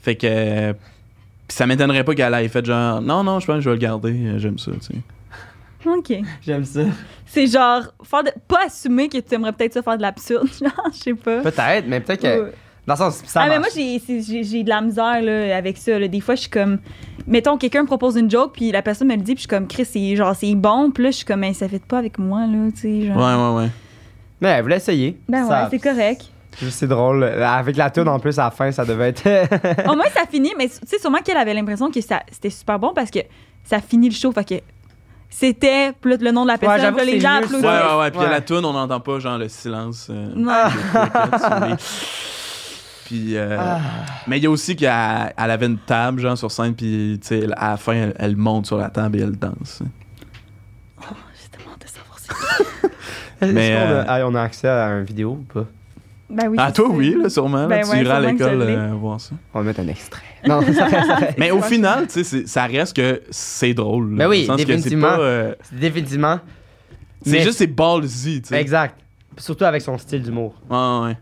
Fait que. euh, puis ça m'étonnerait pas qu'elle ait fait genre, non, non, je pense que je vais le garder, euh, j'aime ça. tu sais. OK. J'aime ça. C'est genre, faire de- pas assumer que tu aimerais peut-être ça faire de l'absurde, genre, je sais pas. Peut-être, mais peut-être que. Ouais. Dans le sens, ça ah, mais moi, marche. j'ai- c'est- j'ai j'ai de la misère là, avec ça. là. Des fois, je suis comme. Mettons, quelqu'un me propose une joke, puis la personne me le dit, puis je suis comme, Chris, c'est genre, c'est bon, puis là, je suis comme, mais ça fait pas avec moi, là, tu sais. Genre. Ouais, ouais, ouais. Mais elle voulait essayer. Ben ouais, Ça- c'est correct. Juste, C'est drôle. Avec la toune, en plus, à la fin, ça devait être. Au moins, ça finit, mais tu sais, sûrement qu'elle avait l'impression que ça- c'était super bon parce que ça finit le show, fait que c'était puis là, le nom de la personne, j'avoue puis là, que les c'est gens mieux, Ouais, applaudissent. ça. ouais, ouais. Puis à Ouais. la tune, on n'entend pas genre le silence. euh, Ouais. Ah. Les- Puis, euh, Ah. mais il y a aussi qu'elle elle avait une table, genre, sur scène, puis, tu sais, elle- à la fin, elle, elle monte sur la table et elle danse. J'ai tellement hâte de savoir ça. Est-ce Mais, qu'on a- euh, ah, on a accès à une vidéo ou pas? Ben oui. Ah, c'est toi, ça. oui, là, sûrement. là, Ben tu ouais, iras à sûrement que je l'école l'ai. euh, voir ça. On va mettre un extrait. Non, ça reste- ça reste- Mais au final, tu sais, c'est- ça reste que c'est drôle. là, Ben oui, dans le sens que définitivement. C'est pas, euh, Définitivement. c'est Mais- juste, c'est ballsy, tu sais. Exact. Surtout avec son style d'humour. Ouais, ouais.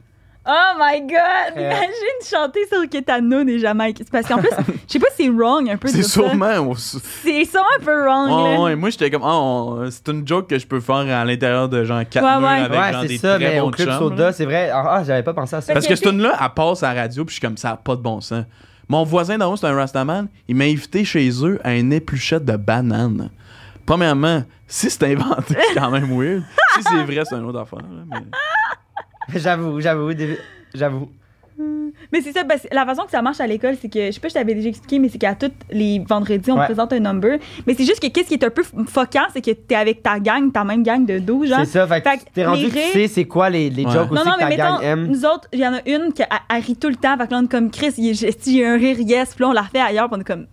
Oh my god! Euh. Imagine chanter sur Ketano des Jamaïques. C'est Parce qu'en plus, je sais pas si c'est wrong un peu de C'est dire ça. sûrement. au- C'est sûrement un peu wrong, Ouais, là. ouais, moi, j'étais comme, ah, on- c'est une joke que je peux faire à l'intérieur de genre 4 Ouais, murs ouais. avec genre ouais, des c'est ça, très mais bons au Club chums, là. Soda, c'est vrai. Ah, ah, j'avais pas pensé à ça. Parce que Ok, cette tune-là, elle passe à la radio, puis je suis comme ça, a pas de bon sens. Mon voisin d'en haut, c'est un Rastaman, il m'a invité chez eux à une épluchette de bananes. Premièrement, si c'est inventé, c'est quand même weird. si c'est vrai, c'est un autre affaire. là, Ah mais- J'avoue, j'avoue, dé- j'avoue. Mais c'est ça, parce que la façon que ça marche à l'école, c'est que, je sais pas, je t'avais déjà expliqué, mais c'est qu'à tous les vendredis, on Ouais. présente un number. Mais c'est juste que qu'est-ce qui est un peu f- foquant, c'est que t'es avec ta gang, ta même gang de 12, genre. C'est ça, fait Fait que que tu t'es rendu, les que tu rires- sais c'est quoi les, les Ouais. jokes Non, aussi non, que mais ta mettons, gang aime. nous autres, il y en a une qui a- elle rit tout le temps, fait que là, on est comme Chris, il est- si j'ai un rire, yes, puis là, on la refait ailleurs, puis on est comme.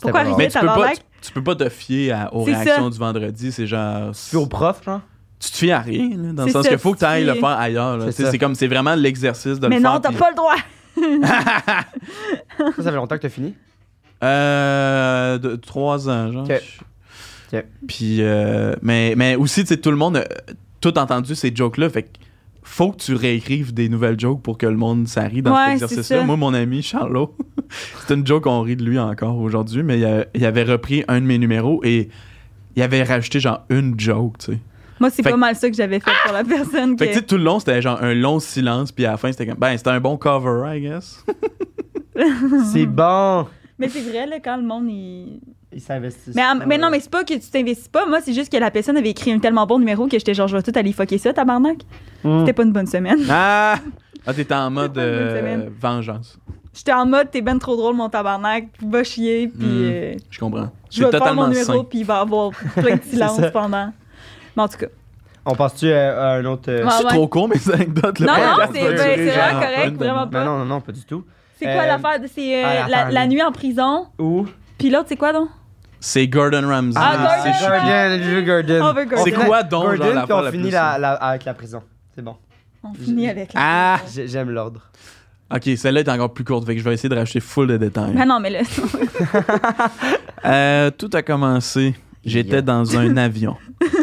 Pourquoi pas rire, drôle. Mais Ouais, tu peux, pas, tu, tu peux pas te fier à- aux C'est ça. réactions du vendredi, c'est genre. Puis au prof, genre. Tu te fies à rien, là, dans le C'est sens ça, qu'il faut tu que tu ailles te le fies. faire ailleurs. là. C'est Tu sais, ça. C'est comme, c'est vraiment l'exercice de Mais le faire. non, t'as puis- pas le droit! Ça, ça fait longtemps que t'as fini. Euh, de, trois ans, genre. Ok. Je- Ok. Puis, euh, mais, mais aussi, tu sais, tout le monde a tout entendu ces jokes-là. Fait que faut que tu réécrives des nouvelles jokes pour que le monde s'arrive dans Ouais, c'est cet ça. exercice-là. Moi, mon ami Charlot, c'est une joke qu'on rit de lui encore aujourd'hui, mais il, a- il avait repris un de mes numéros et il avait rajouté genre une joke, tu sais. Moi, c'est Fait pas que- Ah! mal ça que j'avais fait pour la personne. Fait que, tu que- sais, tout le long, c'était genre un long silence, puis à la fin, c'était comme, ben, c'était un bon cover, I guess. C'est bon. Mais c'est vrai, là, quand le monde, il. Ils s'investissent. Mais, en- mais non, mais c'est pas que tu t'investis pas. Moi, c'est juste que la personne avait écrit un tellement bon numéro que j'étais genre, je vais tout aller fucker ça, tabarnak. Mm. Hmm. C'était pas une bonne semaine. Ah! Ah, t'es en mode pas une bonne euh, semaine. vengeance. J'étais en mode, t'es ben trop drôle, mon tabarnak, va chier, puis Hmm. euh, Je comprends. je vais faire mon C'est totalement numéro, sain. puis il va y avoir plein de silence ça. pendant. Mais en tout cas. On passe-tu à, à un autre. euh, Ouais. Ah C'est trop con, mes anecdotes. le Non, non, podcast c'est- va ben, durer c'est genre vraiment correct, une demi- vraiment. Ben non, non, non, pas du tout. C'est quoi Euh, l'affaire? de- C'est euh, ah, la, attends, la mais- nuit en prison, Ou. puis l'autre, c'est quoi donc? C'est Gordon Ramsay. Ah, c'est Gordon chic. Gordon, Andrew Gordon. On veut Gordon. C'est quoi donc, genre, Gordon, puis l'affaire on la finit plus- la, la- avec la prison. C'est bon. On finit avec la. Ah! J'ai- J'aime l'ordre. Ok, celle-là est encore plus courte, fait que je vais essayer de racheter full de détails. Ben non, mais là, Euh, tout a commencé. J'étais Yeah. dans un avion.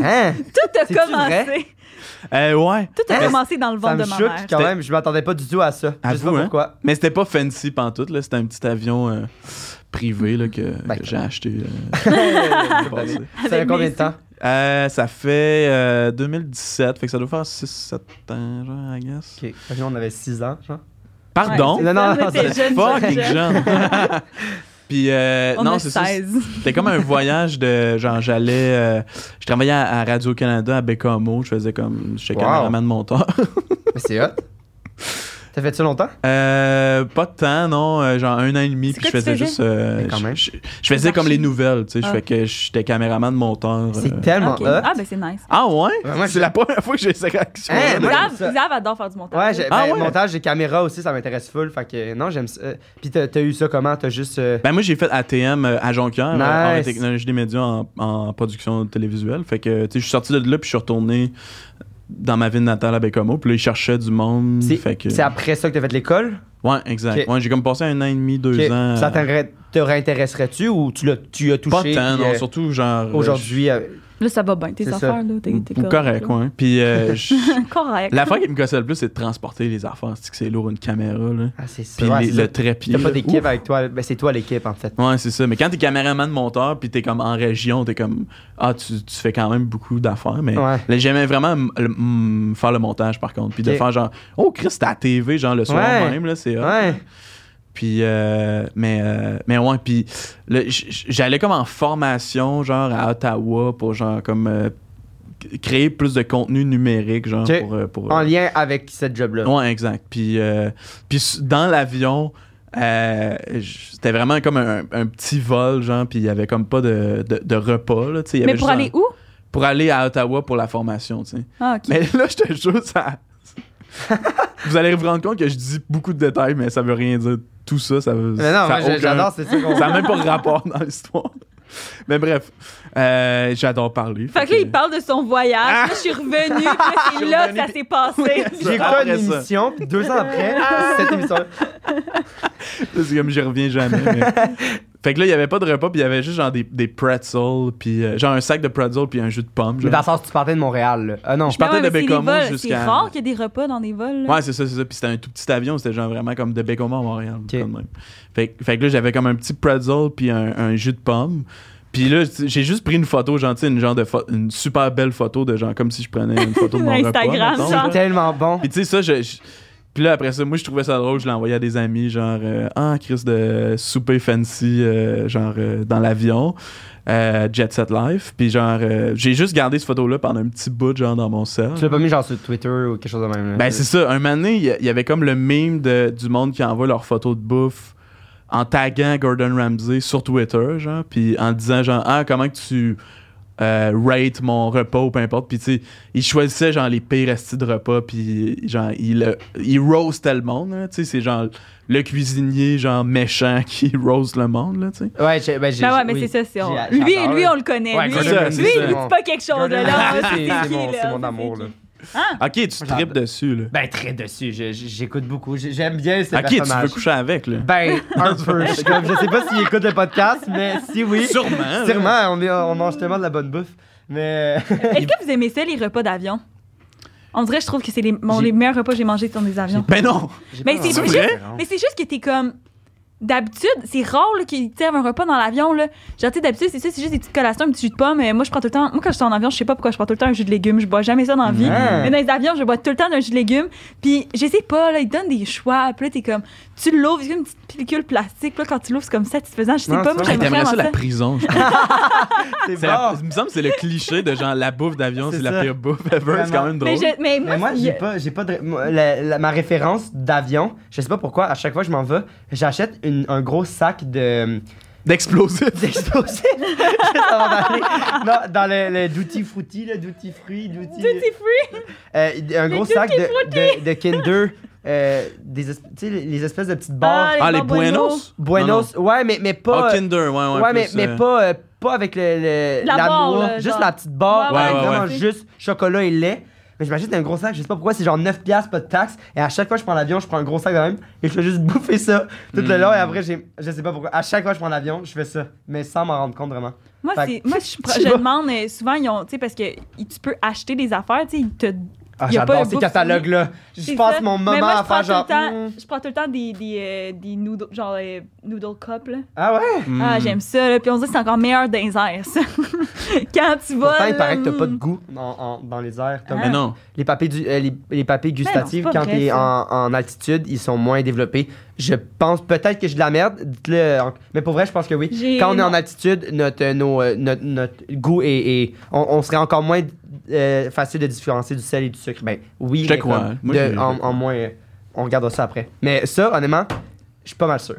Hein? tout a C'est-tu vrai? commencé. Euh, ouais. Tout a Hein? commencé dans le Ça ventre me de ma mère. choque quand même. Je m'attendais pas du tout à ça. À je sais vous, pas hein? pourquoi. Mais c'était pas fancy pantoute, là. C'était un petit avion euh, privé là, que, Ben, que j'ai acheté. euh, l'année passée. Ça fait Avec combien mes de temps? Euh, ça fait euh, 2017, fait que ça doit faire 6-7 ans, genre, I guess. Ok, Fait que nous, on avait 6 ans, genre. Pardon? Non, non, non, J'étais jeune, Fucking jeune, jeune. jeune! Puis, euh, On non, a c'est ça. 16. C'était comme un voyage de genre j'allais euh, je travaillais à, à Radio Canada à Bécamo, je faisais comme j'étais Wow. caméraman de monteur. Mais c'est hot. T'as fait ça longtemps? Euh, pas de temps non, euh, genre un an et demi C'est puis je quoi tu faisais faisais? juste euh, Mais quand je- même. je, je faisais Les comme les archives. nouvelles, tu sais, je Ah. fais que j'étais caméraman de monteur. euh. C'est tellement Ok. hot. Ah, ben c'est nice. Ah ouais, Ouais, moi, c'est je- la première fois que j'ai cette réaction. Hein, moi, Xav j'aime ça. Xav adore faire du montage. Ouais, j'ai- Ah ben, ouais. montage des caméras aussi, ça m'intéresse full. Fait que non, j'aime ça. Euh, Puis t'as t'as eu ça comment? T'as juste. euh, Ben moi j'ai fait ATM euh, à Jonquière euh, en Nice. technologie des médias en, en production télévisuelle. Fait que tu sais je suis sorti de là puis je suis retourné dans ma ville natale à Bécamo. Puis là ils cherchaient du monde. C'est Fait que c'est après ça que t'as fait l'école? ouais exact. Ok. Ouais j'ai comme passé un an et demi deux Que ans. Ça euh, t'intéré- te réintéresserait-tu ou tu l'as tu y as pas touché? tant puis, non euh, surtout genre euh, Aujourd'hui, euh, Là, ça va bien, tes C'est ça. affaires, là. T'es t'es je- correct là. ouais. Puis euh, je- Correct. l'affaire qui me gossait le plus c'est de transporter les affaires. C'est que c'est lourd une caméra là. ah, c'est ça. Puis ouais, les- c'est ça. le trépied. T'as pas là. d'équipe avec toi. Ben, c'est toi l'équipe, en fait. Ouais, c'est ça. Mais quand t'es caméraman de monteur, puis t'es comme en région, t'es comme. Ah, tu, tu fais quand même beaucoup d'affaires. Mais Ouais. là, j'aimais vraiment m- le- m- faire le montage, par contre. Puis de Ok. faire genre. Oh, Chris, t'es à la TV, genre le soir Ouais. même, là, c'est. hot. Ouais. Puis. euh, mais, euh, mais ouais, puis là, j- j- j'allais comme en formation, genre à Ottawa, pour genre comme. euh, créer plus de contenu numérique, genre Ok. pour. euh, pour En lien avec cette job-là. Ouais, exact. Puis, euh, puis s- dans l'avion, euh, j- c'était vraiment comme un, un petit vol, genre, puis il y avait comme pas de, de, de repas, là, tu sais. il y Mais avait pour juste aller un- où? Pour aller à Ottawa pour la formation, tu sais. Ah, ok. Mais là, je te jure, ça... vous allez vous rendre compte que je dis beaucoup de détails, mais ça veut rien dire. Tout ça, ça veut... Mais non, ça a moi, j'ai- aucun- j'adore, c'est ça qu'on Ça n'a même pas de rapport dans l'histoire. Mais bref, euh, j'adore parler. Fait que là, il parle de son voyage. Ah! Là, je suis revenue. puis là, c'est là que ça s'est passé. J'ai Ça, écouté une après ça. émission, puis deux ans après, cette émission. C'est comme j'y reviens jamais. mais- fait que là, il y avait pas de repas, puis il y avait juste genre des, des pretzels, puis euh, genre un sac de pretzels, puis un jus de pomme. Mais genre. dans le sens, tu partais de Montréal, là. Ah non. Je partais Ouais, de mais c'est les Bécamo vols. jusqu'à. C'est rare qu'il y ait des repas dans des vols. là. Ouais, c'est ça, c'est ça. Puis c'était un tout petit avion, c'était genre vraiment comme de Bécamo à Montréal. Ok. quand même. Fait, fait que là, j'avais comme un petit pretzel, puis un, un jus de pomme. Puis là, tu- j'ai juste pris une photo, genre, tu sais, une, genre de pho- une super belle photo de genre comme si je prenais une photo de mon repas. Instagram, mettons, genre. là. C'est tellement bon. Puis tu sais, ça, je. je- puis là, après ça, moi, je trouvais ça drôle. Je l'envoyais à des amis, genre, euh, ah, Chris de souper fancy, euh, genre, euh, dans l'avion, euh, Jet Set Life. Puis genre, euh, j'ai juste gardé cette photo-là pendant un petit bout, genre, dans mon sel. Tu l'as pas mis genre sur Twitter ou quelque chose de même. là. Ben, c'est ça. Un moment donné, il y a- il y avait comme le meme de, du monde qui envoie leurs photos de bouffe en taguant Gordon Ramsay sur Twitter, genre, puis en disant, genre, ah, comment que tu euh, rates mon repas ou peu importe. Puis, tu sais, il choisissait, genre, les pires restes de repas, puis, genre, il, il roastait le monde, là, tu sais, c'est genre le cuisinier, genre, méchant qui roast le monde, là, tu sais. Ouais, j'ai- ben, j'ai- Ben ouais, mais oui. c'est ça, c'est on- J'ai- Lui, j'adore, lui, là. on le connaît. Ouais, lui, Gordon lui, Ramsay, il c'est dit mon- pas quelque chose. Gordon Oh là, là, Ramsay, c'est ah, c'est qui, mon- là, c'est mon c'est amour, là. qui. Hein? Ok, tu tripes dessus, là. Ben, très dessus. Je- je- J'écoute beaucoup. J'ai- J'aime bien ce Ok, tu veux personnage. coucher avec, là. Ben, un peu. Je, suis comme, je sais pas s'il écoute le podcast, mais si oui, Sûrement. là. sûrement, on, est- on mange tellement de la bonne bouffe. Mais. Est-ce que vous aimez ça, les repas d'avion? On dirait, je trouve que c'est les, mon- J'ai- les meilleurs repas que j'ai mangés dans des avions. Ben non! J'ai Mais pas c'est vraiment vrai? de référence. Mais c'est juste que t'es comme. d'habitude, c'est rare là, qu'ils servent un repas dans l'avion. Là. Genre, tu sais, d'habitude, c'est ça, c'est juste des petites collations, un petit jus de pomme. Euh, moi, je prends tout le temps. Moi, quand je suis en avion, je sais pas pourquoi je prends tout le temps un jus de légumes. Je bois jamais ça dans la vie. Ouais. Mais dans les avions, je bois tout le temps un jus de légumes. Puis, je sais pas, là, ils te donnent des choix. Puis là, t'es comme, tu l'ouvres, c'est comme une petite pellicule plastique. Puis là, quand tu l'ouvres, c'est comme satisfaisant. Je sais Non, pas, c'est vrai. moi, Hey, j'aimerais T'aimerais ça vraiment la ça. prison, je pense. C'est C'est la- bon. Il me semble que c'est le cliché de genre la bouffe d'avion, C'est c'est la ça. pire bouffe ever. C'est quand même drôle. Mais, je- mais moi, Mais moi, il y j'ai a- pas, j'ai pas de- moi, la- la- ma référence d'avion, je sais pas pourquoi, à chaque fois que je m'en vais, j'achète une- un gros sac de euh, D'explosif. d'explosifs juste avant d'aller. Non, dans le, le duty fruity, le duty fruit, duty. Duty free. Euh, un gros duty sac de, de, de Kinder, euh, des es- tu sais, les espèces de petites barres. Ah, les bonbonnos. Buenos? Non, non. Buenos, ouais, mais, mais Ah, pas. euh, Kinder, ouais, ouais. ouais, mais, plus, mais euh, pas, euh, pas avec le, le- La la barre, noix, là, juste genre. la petite barre, Ouais, ouais, avec ouais, vraiment ouais. juste chocolat et lait. Mais je m'achète un gros sac, je sais pas pourquoi, c'est genre 9 piastres, pas de taxes. Et à chaque fois que je prends l'avion, je prends un gros sac de même et je fais juste bouffer ça tout le Mm. long. Et après, j'ai- je sais pas pourquoi. À chaque fois que je prends l'avion, je fais ça, mais sans m'en rendre compte vraiment. Moi, Fait c'est- moi je, tu je vas- demande euh, souvent, ils ont, tu sais, parce que y- tu peux acheter des affaires, tu sais, ils te Ah, Y a pas un j'adore ces bouffe catalogues-là. Je C'est passe ça. mon Mais moment moi, je à faire prends tout le genre. temps- mm. Je prends tout le temps des, des, euh, des noodles, genre euh, noodle cup, là. Ah ouais? hmm. Ah, j'aime ça, là. Puis on se dit que c'est encore meilleur dans les airs, ça. Quand tu vas. Pourtant, il là, paraît que t'as pas de hmm. goût en- en- dans les airs. T'as- Mais non. Les papilles, du- euh, les, les papilles Ben non, gustatives, c'est pas quand vrai, t'es ça. en, en altitude, ils sont moins développés. Je pense peut-être que j'ai de la merde, dites-le. en- Mais pour vrai, je pense que oui. J'ai- Quand on est non. en altitude, notre, euh, nos, euh, notre, notre goût est. est- on, on serait encore moins euh, facile de différencier du sel et du sucre. Ben oui, Je te mais crois, comme hein. Moi, de- je- je te en, crois. en moins. euh, on regardera ça après. Mais ça, honnêtement, je suis pas mal sûr.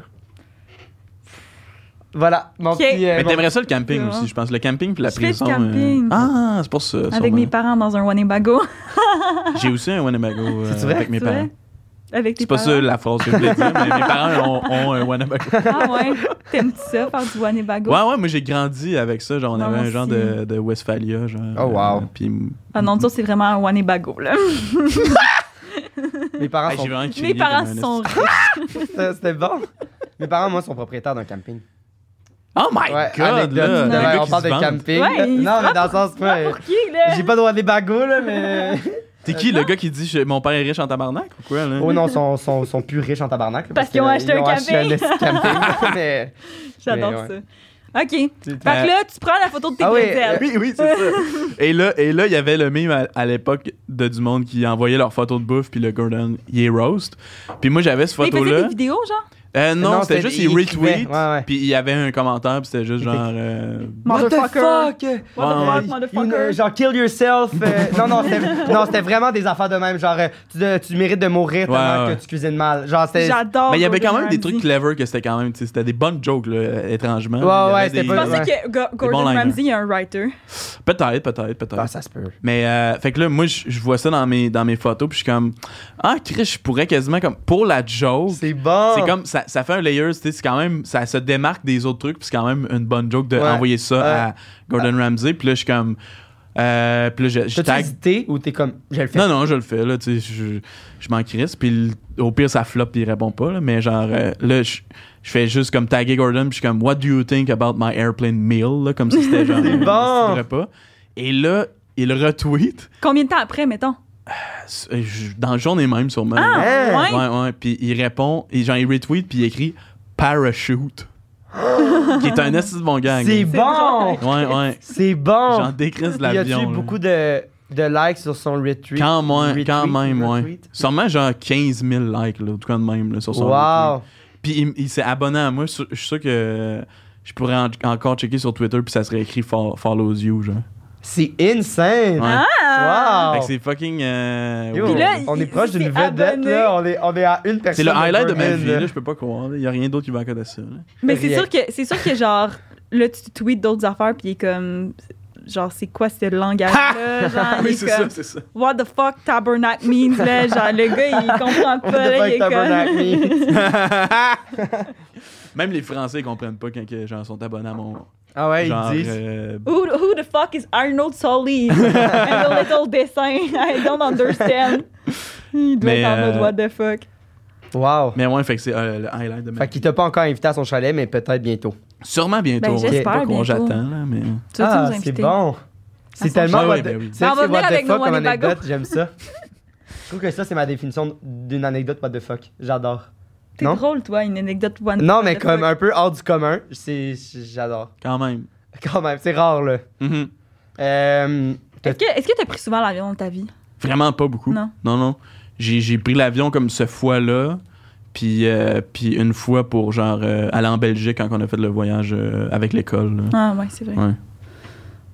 Voilà, mon Ok. petit. euh, Mais mon- t'aimerais ça le camping Ouais. aussi, je pense. Le camping puis la Je fais du prison. euh, camping. Ah, c'est pour ça. Avec sûrement. mes parents dans un Winnebago. J'ai aussi un Winnebago euh, C'est vrai? avec mes Tu vois? parents. Avec tes C'est pas parents. ça la phrase que je voulais dire, mais mes parents ont, ont un Winnebago. Ah ouais. T'aimes-tu ça, faire du Winnebago? Ouais, ouais, moi j'ai grandi avec ça. Genre, on Non, avait moi un genre aussi. de, de Westphalia. Genre, Oh, wow. euh, puis, Ah non, ça, c'est vraiment un Winnebago, là. Mes parents Ah, sont. j'ai vraiment crié Mes parents comme un sont. esti- C'était c'était bon. Mes parents, moi, sont propriétaires d'un camping. Oh my Ouais, god! anecdote, Là, de d'un vrai, gars on qui parle se de vante. camping. Ouais, là. il se non, mais vante. dans le sens, moi, Pour qui, là? j'ai pas le droit des bagos, là, mais. T'es qui Euh, le gars qui dit je- mon père est riche en tabarnak ou quoi? Là? oh non, ils sont, sont, sont plus riches en tabarnak. là, Parce qu'ils ont que, acheté ils un camping. acheté un camping, mais- J'adore Mais ouais. ça. OK. Fait Ben- que là, tu prends la photo de tes Ah oui, prétzels. Oui, oui, c'est ça. Et là, et là, il y avait le meme à, à l'époque de du monde qui envoyait leurs photos de bouffe, puis le Gordon, il est roast. Puis moi, j'avais cette Mais ils faisaient des photo-là. vidéos, genre? Euh, non, Non, c'était c'était- juste, il il retweet, écrivait, ouais, ouais. puis il y avait un commentaire, puis c'était juste genre. euh, What the Motherfucker. fuck? You What the Ouais, fuck, ouais. know, motherfucker? genre, kill yourself. euh, non, non, c'était, non, c'était vraiment des affaires de même. Genre, euh, tu, de- tu mérites de mourir tellement Ouais, ouais. que tu cuisines mal. Genre, c'était. J'adore. Mais il y avait quand Oh, Gordon même des Ramsay. trucs clever que c'était quand même, tu sais, c'était des bonnes jokes, là, étrangement. Ouais, Il y avait ouais, c'était des- Je pas- pensais Ouais. que Go- Gordon bons liners. Ramsay est un writer. Peut-être, peut-être, peut-être. Ah, ça se peut. Mais euh, fait que là, moi, je je vois ça dans mes, dans mes photos, puis je suis comme, ah, Chris, je pourrais quasiment comme pour la joke. C'est bon. C'est comme ça, ça fait un layer, tu sais, c'est quand même ça se démarque des autres trucs, puis c'est quand même une bonne joke de Ouais. envoyer ça Ouais. Ah. à Gordon Ramsay, puis là je suis comme euh, puis là je, je T'as-tu tag hésité ou t'es comme. Je le fais. Non non, je le fais là, tu sais, je, je m'en crisse, puis le- au pire ça flop, puis il répond pas là, mais genre euh, là je, je fais juste comme taguer Gordon, puis je suis comme what do you think about my airplane meal là, comme si c'était genre C'est euh, bon. si c'était pas. Et là, il retweet Combien de temps après, mettons? euh, je- dans la journée même sûrement. Ah, Hein? ouais. Ouais, ouais. Puis il répond, et genre, il retweet, puis il écrit Parachute. qui est un esti de bon gang. C'est là. bon. Ouais, ouais. C'est bon. J'en décrisse de Il y a-tu l'avion. eu là. beaucoup de, de likes sur son retweet? Quand, moins, Retweet, quand même, ouais. retweet? Sûrement genre 15 000 likes, là, en tout cas de même, là, sur son retweet. Wow! Puis il, il s'est abonné à moi. Je suis- je suis sûr que je pourrais en- encore checker sur Twitter, puis ça serait écrit fo- Follows You, genre. C'est insane! Ouais. Wow! Ah! Fait que c'est fucking. euh, Oh. Yo, ouais. Puis là, on il- est proche il d'une s'est vedette, abonné. là. On est, on est à une personne. c'est le highlight de ma Berlin, vie, là. là, je peux pas croire. là. Il y a rien d'autre qui va à ça. là. Mais c'est Rien. sûr que, c'est sûr que genre, là, tu tweets d'autres affaires, puis il est comme, genre, c'est quoi ce Ah! langage-là? Genre, il Oui, est c'est ça, comme, c'est ça. what the fuck tabernacle means, là? Genre, le gars, il comprend What the pas, là, fuck, il est tabernacle comme... me? Même les Français ils comprennent pas quand que, genre, sont abonnés à mon. Ah ouais, genre, ils disent. euh, Who, who the fuck is Arnold Sully? And the little dessin. I don't understand. Il doit Mais, être en mode euh, what the fuck. Wow! Mais ouais, fait que c'est euh, le highlight de ma Fait qu'il t'a pas encore invité à son chalet, mais peut-être bientôt. Sûrement bientôt. Ben, on sait j'espère pas qu'on bientôt. j'attends, là, mais. Tu vas-tu nous Ah, c'est inviter? bon! C'est son tellement. chalet. what Ah ouais, the- ben oui. c'est Ben, que on va c'est what venir the avec fuck nos comme Winnebago. anecdote, j'aime ça. Je trouve que ça, c'est ma définition d'une anecdote what the fuck. J'adore. T'es Non? drôle, toi, une anecdote one Non, what mais the comme fuck. un peu hors du commun. C'est, j'adore. Quand même. Quand même, c'est rare, là. Mhm. Euh, Est-ce que est-ce que t'as pris souvent l'avion dans ta vie? Vraiment pas beaucoup. Non. Non, non. J'ai, j'ai pris l'avion comme ce fois-là, puis, euh, puis une fois pour genre euh, aller en Belgique quand on a fait le voyage euh, avec l'école. là. Ah, ouais, c'est vrai. Ouais.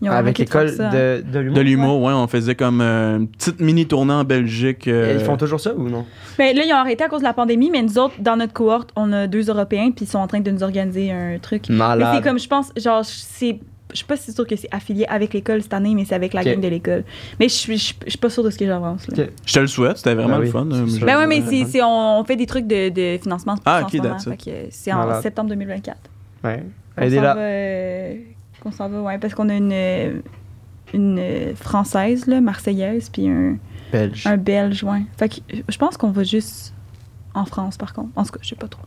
Ils ont avec arrêté faire l'école ça. de, de l'humour. De l'humour, ouais, on faisait comme euh, une petite mini tournée en Belgique. euh, Et Ils font toujours ça ou non? Mais là, ils ont arrêté à cause de la pandémie, mais nous autres, dans notre cohorte, on a deux Européens, puis ils sont en train de nous organiser un truc. Mais c'est Malade. comme, je pense, genre, c'est. Je suis pas si sûre que c'est affilié avec l'école cette année, mais c'est avec la Ok. gang de l'école. Mais je suis, je suis- je suis pas sûre de ce que j'avance. là. Ok. Je te le souhaite, c'était vraiment Ben le oui, fun. c'est euh, sûr. je- Ben ouais, mais Ouais. c'est, c'est- on, on fait des trucs de, de financement. Ah, en ok, ce moment, that's it. fait que c'est en Malade. septembre 2024. Ouais. On s'en Aidez-la. va, euh, qu'on s'en va, ouais, parce qu'on a une, une euh, française, là, marseillaise, puis un, Belge. un belge, ouais. Fait que euh, je pense qu'on va juste en France, par contre. En tout cas, je sais pas trop.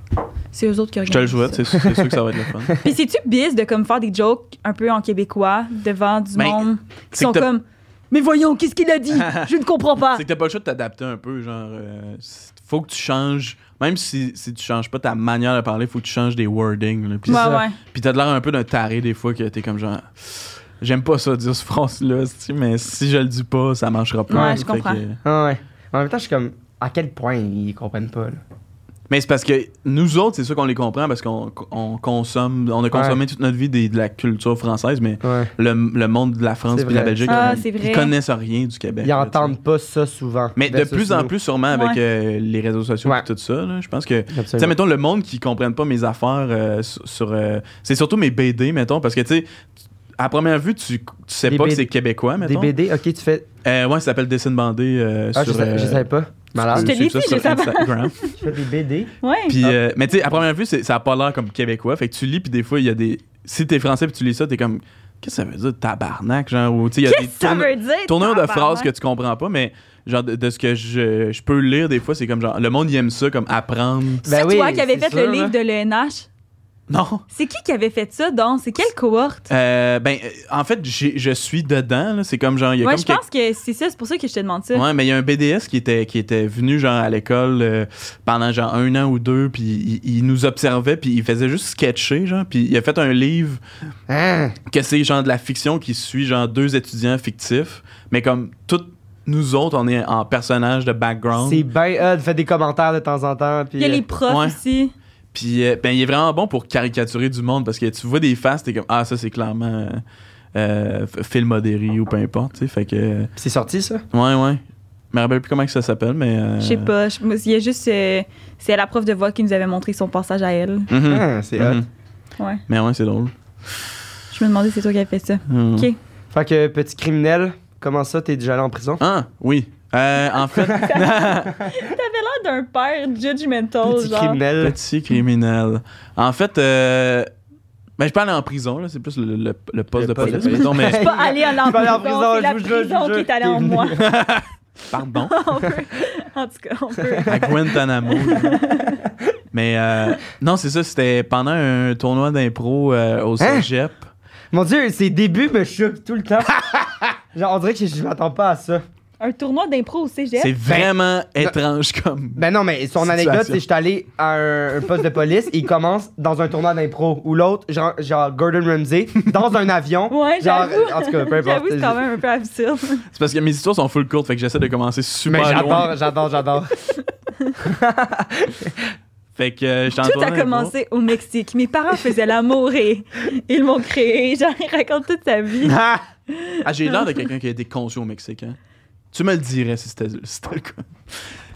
C'est eux autres qui Je te le organisent souhaite, ça. c'est, c'est sûr que ça va être le fun. Puis c'est-tu bis de comme faire des jokes un peu en québécois devant du Ben, monde qui c'est sont que t'as- comme Mais voyons, qu'est-ce qu'il a dit? Je ne comprends pas. C'est que t'as pas le choix de t'adapter un peu, genre. euh, c'est- faut que tu changes. Même si, si tu changes pas ta manière de parler, faut que tu changes des wordings. là, Puis Ouais, ça- ouais. puis t'as de l'air un peu d'un taré des fois que t'es comme genre. J'aime pas ça dire ce français-là, c'ti, mais si je le dis pas, ça marchera pas. Ouais, je Fait comprends. que- Ah ouais. En même temps, je suis comme, à quel point ils comprennent pas, là? Mais c'est parce que nous autres, c'est sûr qu'on les comprend parce qu'on on consomme, on a consommé toute notre vie des- de la culture française, mais Ouais. le, le monde de la France C'est et de la vrai. Belgique, Ah, ils- c'est vrai. ils connaissent rien du Québec. Ils là, tu entendent pas ça souvent. sais. Mais de versus plus en nous. plus, sûrement, avec Ouais. euh, les réseaux sociaux et Ouais. tout ça, là, je pense que. Tu sais, Absolument. mettons, le monde qui comprenne pas mes affaires euh, sur. sur, euh, c'est surtout mes BD, mettons, parce que, tu sais, à première vue, tu, tu sais Des pas que BD. c'est québécois, Des mettons. BD, ok, tu fais. Euh, ouais, ça s'appelle Dessin bandé euh, Ah, je, sur. sais- je euh, savais pas. Je Malade. te tu l'ai sais ça dit, je sur savais. Instagram. Tu fais des BD. Ouais. Puis, Ah. euh, mais tu sais, à première vue, c'est- ça a pas l'air comme québécois. Fait que tu lis, puis des fois, il y a des. Si t'es français, puis tu lis ça, t'es comme. Qu'est-ce que ça veut dire, tabarnak? Genre, ou tu sais, il y a des Qu'est-ce que ça tourne- veut dire? tournures de tabarnak? phrases que tu comprends pas, mais genre, de, de ce que je, je peux lire des fois, c'est comme genre. Le monde, il aime ça, comme apprendre. C'est Ben oui, toi qui avais c'est fait le sûr, livre là. de l'ENH. Non! C'est qui qui avait fait ça, donc? C'est quelle cohorte? Euh, ben, euh, en fait, j'ai- je suis dedans, là. C'est comme genre. Il y a Moi, comme je pense que c'est ça. C'est pour ça que je te demande ça. Ouais, mais il y a un BDS qui était, qui était venu genre à l'école euh, pendant genre un an ou deux, puis il, il nous observait, puis il faisait juste sketcher, genre, puis il a fait un livre Hein? que c'est genre de la fiction qui suit genre deux étudiants fictifs, mais comme toutes nous autres, on est en personnage de background. C'est bien hot. Fais des commentaires de temps en temps. Puis, euh, Il y a les profs ouais. aussi. Puis euh, ben, il est vraiment bon pour caricaturer du monde parce que tu vois des faces, t'es comme ah ça c'est clairement euh, euh, Phil Modéry ou peu importe, tu sais, fait que ouais C'est sorti, ça? ouais. Je me rappelle plus comment que ça s'appelle, mais euh, Je sais pas. je- moi, Il y a juste. euh, c'est la prof de voix qui nous avait montré son passage à elle. mhm, Hein, c'est hot. mhm. Ouais. Mais ouais, c'est drôle. Je me demandais, c'est toi qui avais fait ça. Mhm. Ok. Fait que, petit criminel, comment ça, t'es déjà allé en prison? Ah, oui. Euh, en fait, T'avais l'air d'un père judgmental, Petit genre. criminel. petit criminel. En fait, euh, ben, je parle en prison, là, c'est plus le, le- le poste Le de poste police. de police. mettons, mais, Pas aller en, Je peux aller en prison, prison, c'est la je vous jure, je vous prison qui jure. est allée en moi. pardon, On peut- en tout cas, on peut. à Guantanamo. là. mais euh, non, c'est ça, c'était pendant un tournoi d'impro euh, au Hein? cégep. Mon dieu, ses débuts me choquent tout le temps. Genre, on dirait que je m'attends pas à ça. Un tournoi d'impro au cégep. C'est vraiment étrange comme. Ben non, mais son Situation. anecdote, c'est que j'étais allé à un, un poste de police et il commence dans un tournoi d'impro ou l'autre, genre, genre Gordon Ramsay, dans un avion. Ouais, genre, j'avoue. en tout cas, peu importe. J'avoue, c'est quand même un peu absurde. C'est parce que mes histoires sont full courtes, fait que j'essaie de commencer Mais super loin. j'adore, j'adore, j'adore. Fait que euh, j'étais en Tout tournoi a d'impro. commencé au Mexique. Mes parents faisaient l'amour et ils m'ont créé. Genre, ils racontent toute sa vie. Ah! Ah, j'ai l'air de quelqu'un qui a été conçu au Mexique. Hein? Tu me le dirais si c'était si c'était le cas.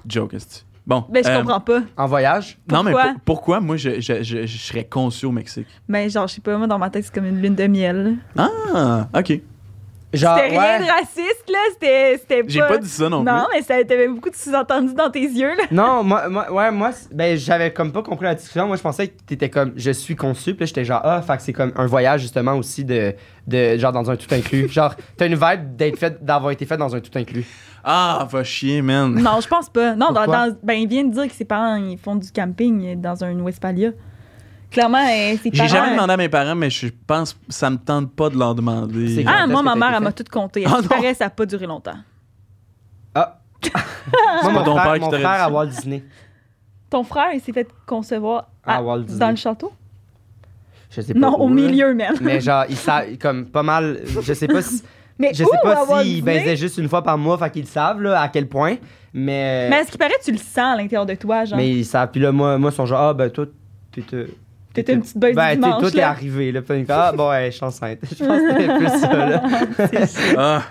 Joke, est Bon. Ben, je euh, comprends pas. en voyage? Non, mais Pourquoi? pour- pourquoi moi je, je- je- je serais conçu au Mexique? Mais Ben, genre, je sais pas, moi, dans ma tête, c'est comme une lune de miel. Ah, ok. Genre, c'était rien ouais. de raciste, là. C'était, c'était J'ai pas dit ça non, Non, plus. mais ça t'avais beaucoup de sous-entendus dans tes yeux, là. Non, moi, moi- ouais, moi, c- ben, j'avais comme pas compris la discussion. Moi, je pensais que t'étais comme, je suis conçu, puis là, j'étais genre, ah, fait que c'est comme un voyage, justement, aussi, de, de genre, dans un tout inclus. genre, t'as une vibe d'être fait, d'avoir été fait dans un tout inclus. Ah, va chier, man. Non, je pense pas. Non, dans, Pourquoi? dans- ben, il vient de dire que ses parents ils font du camping dans un Westphalia. Clairement, euh, ses parents. J'ai jamais demandé à mes parents, mais je pense que ça me tente pas de leur demander. C'est Ah, Quand moi, est-ce que t'as ma mère, été elle m'a fait? tout compté. Ah, Elle non. paraît, ça n'a pas duré longtemps. Ah! Moi, pas mon ton frère, père qui mon t'aurait frère dit à ça. Walt Disney. Ton frère, il s'est fait concevoir à- À Walt Disney. Ah, dans le château? Je sais pas Non, où, au là. milieu même. Mais genre, il sa- comme pas mal. Je sais pas si. Mais Je où sais à Walt pas s'ils Disney? baisaient juste une fois par mois, fait qu'ils le savent là, à quel point. Mais. Mais à ce qui paraît, tu le sens à l'intérieur de toi, genre. Mais ils savent. Puis là, moi, moi, ils sont genre, ah, ben, toi, t'es. t'es- T'étais une petite baisse ben, du t'es- dimanche, toi, t'es là. arrivé. Là, Puis ils font, ah, bon, ouais, je suis enceinte. Je pense que c'était plus ça, là. Ah.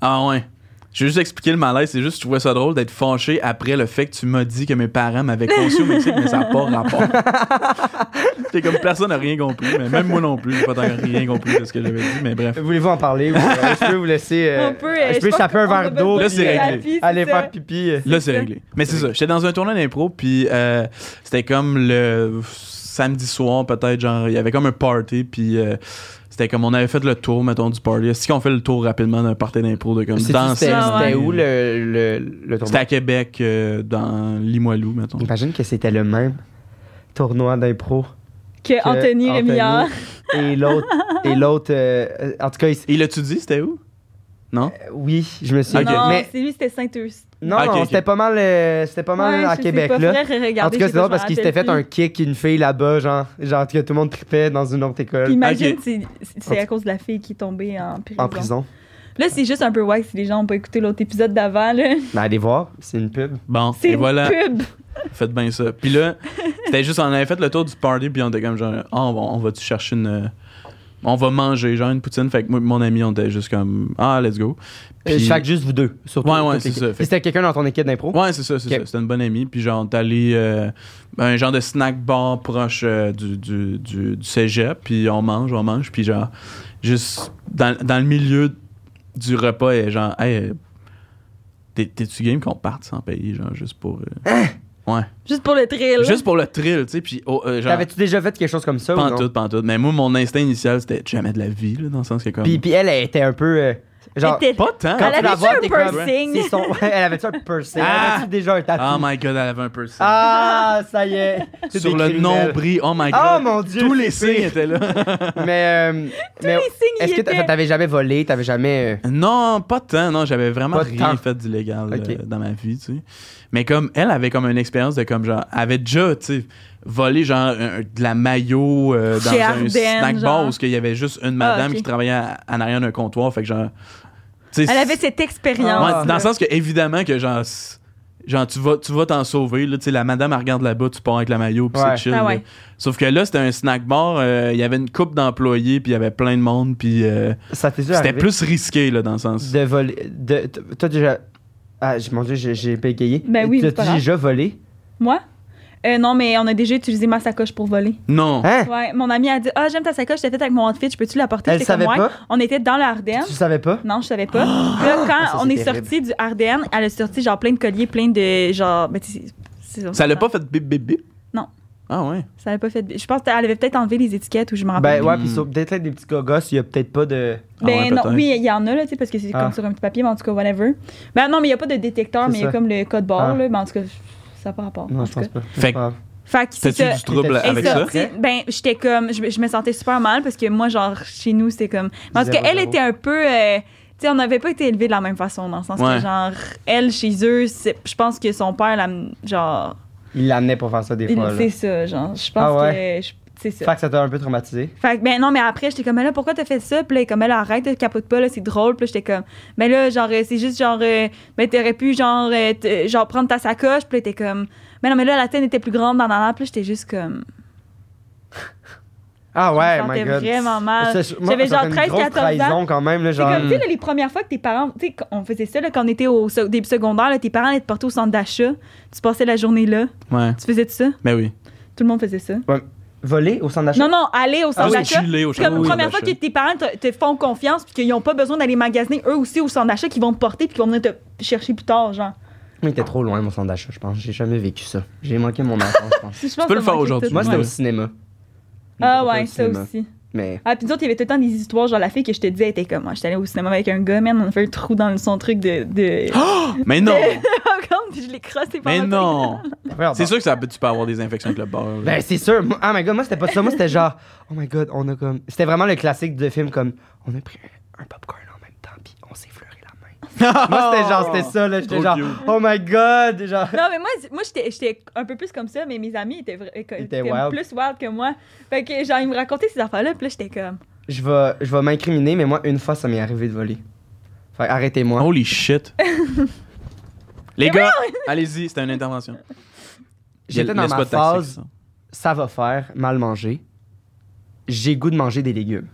ah ouais. Je vais juste expliquer le malaise. C'est juste, je trouvais ça drôle d'être fâché après le fait que tu m'as dit que mes parents m'avaient conçu au Mexique, mais ça n'a pas rapport. C'est comme personne n'a rien compris, mais même moi non plus, j'ai pas tant rien compris de ce que j'avais dit, mais bref. Voulez-vous en parler? ou, euh, je peux vous laisser. euh, On peut, euh, je peux je pense taper un qu'on verre peut d'eau. pas Là, c'est puis, euh, réglé. Puis, c'est Aller ça. faire pipi. euh. Là, c'est ça. réglé. Mais c'est ça. J'étais dans un tournoi d'impro, puis euh, c'était comme le samedi soir, peut-être, genre, il y avait comme un party, puis euh, c'était comme on avait fait le tour, mettons, du party. Est-ce qu'on fait le tour rapidement d'un party d'impro de comme Sais-tu danser? C'était Ah, c'était ouais. où le, le, le C'était tournoi? à Québec, euh, dans Limoilou, mettons. J'imagine que c'était le même tournoi d'impro. Que que Anthony Rémillard. Et l'autre. et l'autre euh, euh, en tout cas, il s- Et l'as-tu dit, c'était où? Non? euh, oui, je me suis. Ok. Non, Mais c'est lui, c'était Saint-Eustache. non, Ah, ok, non, ok. c'était pas mal, euh, c'était pas mal à Québec là. En tout cas, c'est drôle parce qu'il s'était fait un kick une fille là-bas, genre, genre que tout le monde trippait dans une autre école Imagine, Ok. c'est- c'est à cause de la fille qui est tombée en prison. en prison. Là, c'est juste un peu wack si les gens n'ont pas écouté l'autre épisode d'avant. là. Mais Ben, allez voir, c'est une pub. Bon, C'est et une voilà, pub. faites bien ça. Puis là, c'était juste, on avait fait le tour du party, puis on était comme genre, Ah, on va- on va-tu chercher une. euh, On va manger, genre une poutine. Fait que moi, et mon ami, on était juste comme, ah, let's go. Puis- Euh, chaque juste vous deux, surtout. Ouais, ouais, Toutes les- c'est ça. Puis C'était quelqu'un dans ton équipe d'impro. Ouais, c'est ça, c'est Ok. ça. C'était une bonne amie. Puis genre, on est allé euh, à un genre de snack bar proche euh, du, du, du, du cégep. Puis on mange, on mange. Puis genre, juste dans, dans le milieu du repas, et genre, hey, euh, t'es- t'es-tu game qu'on parte sans payer, genre, juste pour. euh, Juste pour le thrill. juste pour le thrill, tu sais. Puis, oh, euh, genre, T'avais-tu déjà fait quelque chose comme ça ou non? pantoute, pantoute. Mais moi, mon instinct initial, c'était jamais de la vie, là, dans le sens que comme. Puis, puis elle, elle était un peu. euh, genre, C'était- pas tant. quand Elle tu la avait-tu vois, un t'es comme. piercing? c'est son- Ouais, Elle avait-tu un piercing? Elle Ah! avait-tu déjà un tatou? Oh my god, elle avait un peu ça. Ah, ça y est. C'est Sur des le criminels. nombril, oh my Oh god. mon dieu. Tous les c'est pire. signes étaient là. Mais, euh, mais Les signes, est-ce il que était- t'a- t'avais jamais volé, t'avais jamais. euh, Non, pas tant. Non, j'avais vraiment Pas rien tant. fait d'illégal euh, Ok. dans ma vie, tu sais. Mais comme elle avait comme une expérience de comme genre, elle avait déjà, tu sais, volé genre un- de la maillot euh, dans Chez un Ardennes, snack genre. bar où il y avait juste une madame ok. qui travaillait à- en arrière d'un comptoir, fait que genre, tu sais, Elle avait Ah, cette Ouais, Ah. expérience. dans le sens que évidemment que genre c- genre tu vas tu vas t'en sauver là, tu sais la madame elle regarde là-bas, tu pars avec la maillot puis Ouais. c'est chill. Ah là. ouais. Sauf que là c'était un snack bar, euh, il y avait une coupe d'employés puis il y avait plein de monde puis euh, Ça t'est déjà c'était arrivé plus risqué là dans le sens. de voler. De, t- toi déjà. Ah, j'ai- mon dieu, j'ai- j'ai bégayé. Ben oui, c'est pas T'as-tu grave. déjà volé? Moi? Euh, non, mais on a déjà utilisé ma sacoche pour voler. Non. Hein? Ouais, mon amie a dit Ah, j'aime ta sacoche, je t'ai faite avec mon outfit, je peux-tu la porter Elle J'étais comme, savait Ouais. pas? On était dans le Ardennes. Tu savais pas? Non, je savais pas. là, quand ça, c'est on est terrible. sorti du Ardennes, elle a sorti genre plein de colliers, plein de genre. ben, tu sais, c'est- Ça l'a pas fait bip bip bip? Non. Ah ouais. Ça l'a pas fait. Je pense qu'elle avait peut-être enlevé les étiquettes ou je m'en rappelle. Ben ouais, Mm. puis sur- peut-être des petits gosses, il y a peut-être pas de. Ah Ben ouais, non, peut-être. oui, il y en a, là, tu sais, parce que c'est Ah. comme sur un petit papier, mais en tout cas, whatever. Ben non, mais il n'y a pas de détecteur, C'est mais il y a ça. comme le code barre, Ah. là, mais en tout cas, ça n'a pas rapport. en Non, je tout cas. pense pas. Fait que- Ah. Fait que c'est T'as-tu ça. du trouble Hey, Euh, avec ça, ça? tu sais, Ben, j'étais comme, je, me- je me sentais super mal parce que moi, genre, chez nous, c'était comme. En tout cas, Zéro, elle zéro. était un peu. euh, tu sais, on n'avait pas été élevés de la même façon, dans le sens Ouais. que, genre, elle, chez eux, c'est- je pense que son père, la, genre. Il l'amenait pour faire ça des il- fois. là. C'est ça, genre. Je pense Ah ouais? que. je- C'est ça. Fait que ça t'a un peu traumatisé. Fait que, ben non, mais après, j'étais comme, mais là, pourquoi t'as fait ça? Puis là, comme, elle arrête, là, capote pas, là, c'est drôle. Puis là, j'étais comme, mais là, genre, euh, c'est juste genre, euh, ben t'aurais pu, genre, euh, te- genre, prendre ta sacoche. Puis là, t'es comme, mais non, mais là, la tienne était plus grande dans la Puis là, j'étais juste comme, Ah ouais, me my sentais god. vraiment mal. C'est- moi, J'avais ça genre fait une 13, grosse 14 ans. trahison quand même, là, c'est genre. comme, tu sais, là, les premières fois que tes parents, tu sais, qu- on faisait ça, là, quand on était au so- début secondaire, là, tes parents allaient te porter au centre d'achat. Tu passais la journée là. Ouais. Tu faisais tout ça? Ben oui. Tout le monde faisait ça. Voler au centre d'achat? Non, non, aller au Ah centre oui, d'achat. chiller au C'est comme château, la oui, première d'achat. fois que tes parents te, te font confiance puis qu'ils n'ont pas besoin d'aller magasiner eux aussi au centre d'achat qu'ils vont te porter puis qu'ils vont venir te chercher plus tard, genre. Il était trop loin, mon centre d'achat, je pense. J'ai jamais vécu ça. J'ai manqué mon enfance, je pense. Je pense peux le que ça faire manquait aujourd'hui. tout. Moi, c'était Ouais. au cinéma. Ah J'étais ouais, au ça cinéma. aussi. Mais. Ah, puis d'autres, il y avait tout le temps des histoires, genre la fille que je te disais, elle était comme, moi, j'étais allée au cinéma avec un gars, man, on a fait un trou dans son truc de. de... Mais non! popcorn, puis je l'ai crossé par Ah! Mais le- non! Regarde, C'est sûr que ça, peut- tu peux avoir des infections avec le beurre. là. Ben, c'est sûr. Moi- Ah, my god, moi, c'était pas ça. Moi, c'était genre, oh my god, on a comme. C'était vraiment le classique de film comme, on a pris un popcorn en même temps, puis on s'est fleuré la main. Moi, c'était genre, c'était ça, là. J'étais Trop genre, cute. oh my god. Genre, Non, mais moi, j- moi j'étais, j'étais un peu plus comme ça, mais mes amis étaient, vra- étaient étaient wild. plus wild que moi. Fait que, genre, ils me racontaient ces affaires-là, puis là, j'étais comme. je vais, je vais m'incriminer, mais moi, une fois, ça m'est arrivé de voler. Fait arrêtez-moi. Holy shit. Les gars, allez-y, c'était une intervention. J'étais dans Laisse pas ma de taxi, phase, ça. ça va faire mal manger. J'ai goût de manger des légumes.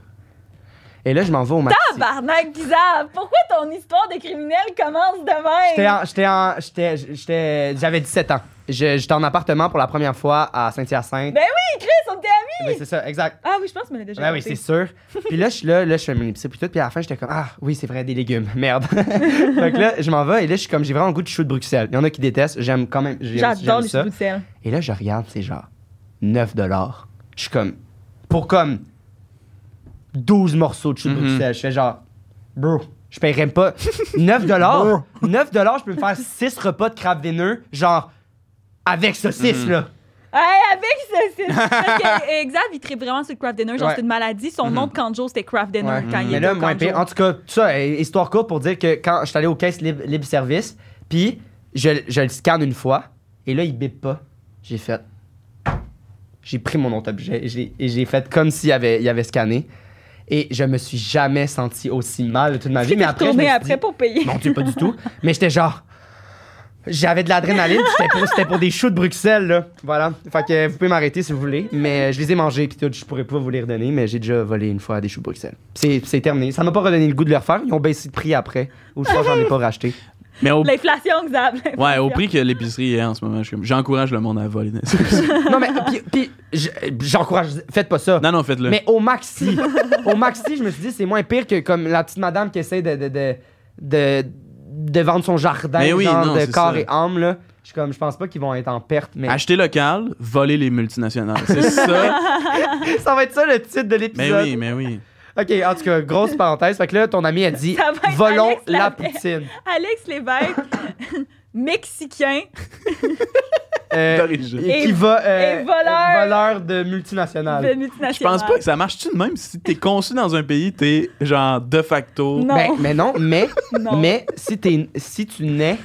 Et là, je m'en vais au marché. Tabarnak bizarre! Pourquoi ton histoire de criminel commence de J'étais même? en- j'étais en- j'étais- j'étais- J'avais 17 ans. Je- J'étais en appartement pour la première fois à Saint-Hyacinthe. Ben oui, Chris, on était amis! Ben, c'est ça, exact. Ah oui, je pense qu'on l'a déjà Ben oui, raconté. c'est sûr. Puis là, je suis là, là, je fais mon épicerie, puis tout. Puis à la fin, j'étais comme, ah oui, c'est vrai, des légumes, merde. Donc là, je m'en vais, et là, je suis comme, j'ai vraiment le goût de chou de Bruxelles. Il y en a qui détestent, j'aime quand même, j'aime J'adore j'aime les ça. choux de sel. Et là, je regarde, c'est genre 9 dollars. Je suis comme, pour comme 12 morceaux de chou de Mhm. Bruxelles. Je fais genre, bro, je paierais pas 9 dollars. 9 dollars, je peux me faire 6 repas de crabe veineux, genre, avec saucisse, Mhm. là. Hey, avec ce c'est- Parce que euh, Xav, il tripe vraiment sur le craft dinner. Genre, Ouais. Mhm. c'est une maladie. Son nom de Kanjo, c'était craft dinner Ouais. quand il Mais était là, au moins Kanjo. pire. En tout cas, tout ça, eh, histoire courte pour dire que quand je suis allé aux caisses libre, libre service, puis je, je le scanne une fois, et là, il bip pas. J'ai fait. J'ai pris mon autre objet et j'ai- et j'ai fait comme s'il avait, il avait scanné. Et je me suis jamais senti aussi mal de toute ma Est-ce vie. que Mais t'es après, je me retourné suis après dit- pour payer? Non, tu pas du tout. Mais j'étais genre. J'avais de l'adrénaline, puis c'était pour, c'était pour des choux de Bruxelles, là. Voilà. Fait que vous pouvez m'arrêter si vous voulez. Mais je les ai mangés, puis tout, je pourrais pas vous les redonner, mais j'ai déjà volé une fois des choux de Bruxelles. C'est, c'est terminé. Ça m'a pas redonné le goût de les refaire. Ils ont baissé le prix après. Ou je crois que j'en ai pas racheté. Mais au, L'inflation, Xav. l'inflation. ouais, au prix que l'épicerie est en ce moment, je suis comme- j'encourage le monde à voler. dans les épiceries. Non, mais. Puis, puis je- j'encourage. Faites pas ça. non, non, faites-le. Mais au maxi, au maxi, je me suis dit, c'est moins pire que comme la petite madame qui essaie de, de, de, de, de vendre son jardin, Mais oui, genre non, de c'est corps ça. et âme, là. Je, suis comme, je pense pas qu'ils vont être en perte, mais Acheter local, voler les multinationales. C'est ça. ça va être ça le titre de mais l'épisode. oui, mais oui. Ok, en tout cas, grosse parenthèse. Fait que là, ton ami a dit, Ça va être volons Alex la Lafayette. poutine. Alex Lévesque, mexicain, Euh, D'origine. et Et- qui va. euh, et voleur. Ben, voleur de de multinationales. multinationale. Je pense pas que ça marche-tu de même si t'es conçu dans un pays, t'es genre de facto. Non. Ben, mais non, mais, Non. mais si, t'es- si tu nais.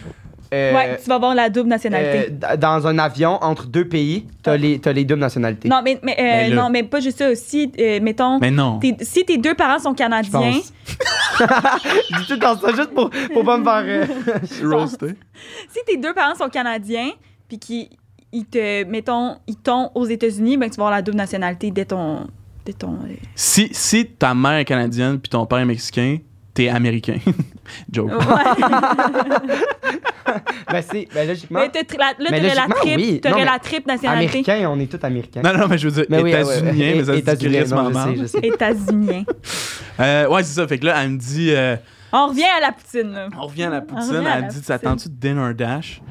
euh, Ouais, tu vas avoir la double euh, nationalité. d- dans un avion entre deux pays, t'as les, t'as les deux nationalités. non, mais, mais, euh, Ben, Mais là- non, mais pas juste ça. Si, euh, mettons, Mais non. tes- si tes deux parents sont Je canadiens, pense. Je dis tout dans ça juste pour, pour pas me faire. euh, Roasté. si tes deux parents sont canadiens, puis qu'ils ils te, mettons, ils t'ont aux États-Unis, ben tu vas avoir la double nationalité dès ton... Dès ton euh, Si, si ta mère est canadienne puis ton père est mexicain, t'es américain. Joke. ben, c'est. Ben, logiquement. Mais t'as tri- la, là, Mais t'aurais la logiquement, triple, oui. t'aurais Non, mais la triple nationalité. Américain, on est tous américains. Non, non, mais je veux dire, mais oui, états-unien, ouais, ouais. mais ça se dit États-Unien, non, crissement je mal. sais, je sais. États-Unien. Euh, ouais, c'est ça. Fait que là, elle me dit, euh, On revient à la poutine, là. on revient à la poutine. revient à Elle la me dit, poutine. ça tente-tu de dinner dash?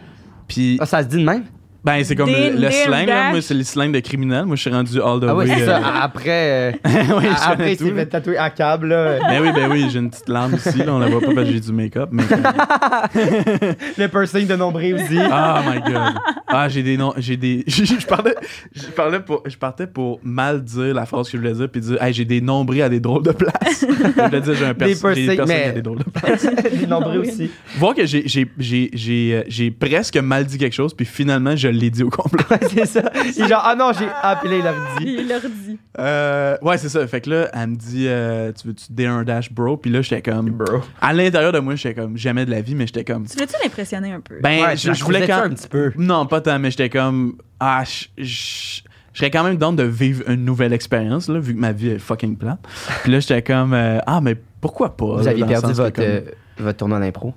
Puis, Ah, ça se dit de même? ben, c'est comme Din- le, le din slang, là. dash. Moi, c'est le slang de criminel. Moi, je suis rendu all the Ah oui, way. c'est ça. euh, a- Après, euh, ouais, je connais a- après il tout, s'est là. fait tatouer à câble. là. Ben oui, ben oui, j'ai une petite larme ici, là, on la voit pas parce que j'ai du make-up, mais... le piercing de nombril aussi. Ah my god. Ah, j'ai des noms, j'ai des... Je parlais, je, parlais pour, je partais pour mal dire la phrase que je voulais dire, puis dire « Hey, j'ai des nombrils à des drôles de places. » Je voulais dire « J'ai un Des piercing piercings, des piercings mais- à des drôles de places. Les nombrils aussi. Voir que j'ai- j'ai- j'ai j'ai, euh, j'ai presque mal dit quelque chose, puis finalement, je l'ai dit au complet. Ouais, c'est ça. Il est genre, ah non, j'ai appelé l'ordi. Il leur dit. Euh, ouais, c'est ça. Fait que là, elle me dit euh, Tu veux-tu dé un dash, bro? » Puis là, j'étais comme... Bro. À l'intérieur de moi, j'étais comme « Jamais de la vie, mais j'étais comme... Tu l'as-tu l'impressionné un peu? » Ben, Ouais, tu je, la je voulais croisais-tu quand... un petit peu. Non, pas tant, mais j'étais comme. Ah, je- je je serais quand même dans de vivre une nouvelle expérience, là, vu que ma vie est fucking plate. Puis là, j'étais comme. euh, ah, mais pourquoi pas? Vous là, aviez dans le perdu sens que votre, comme- euh, votre tournoi d'impro.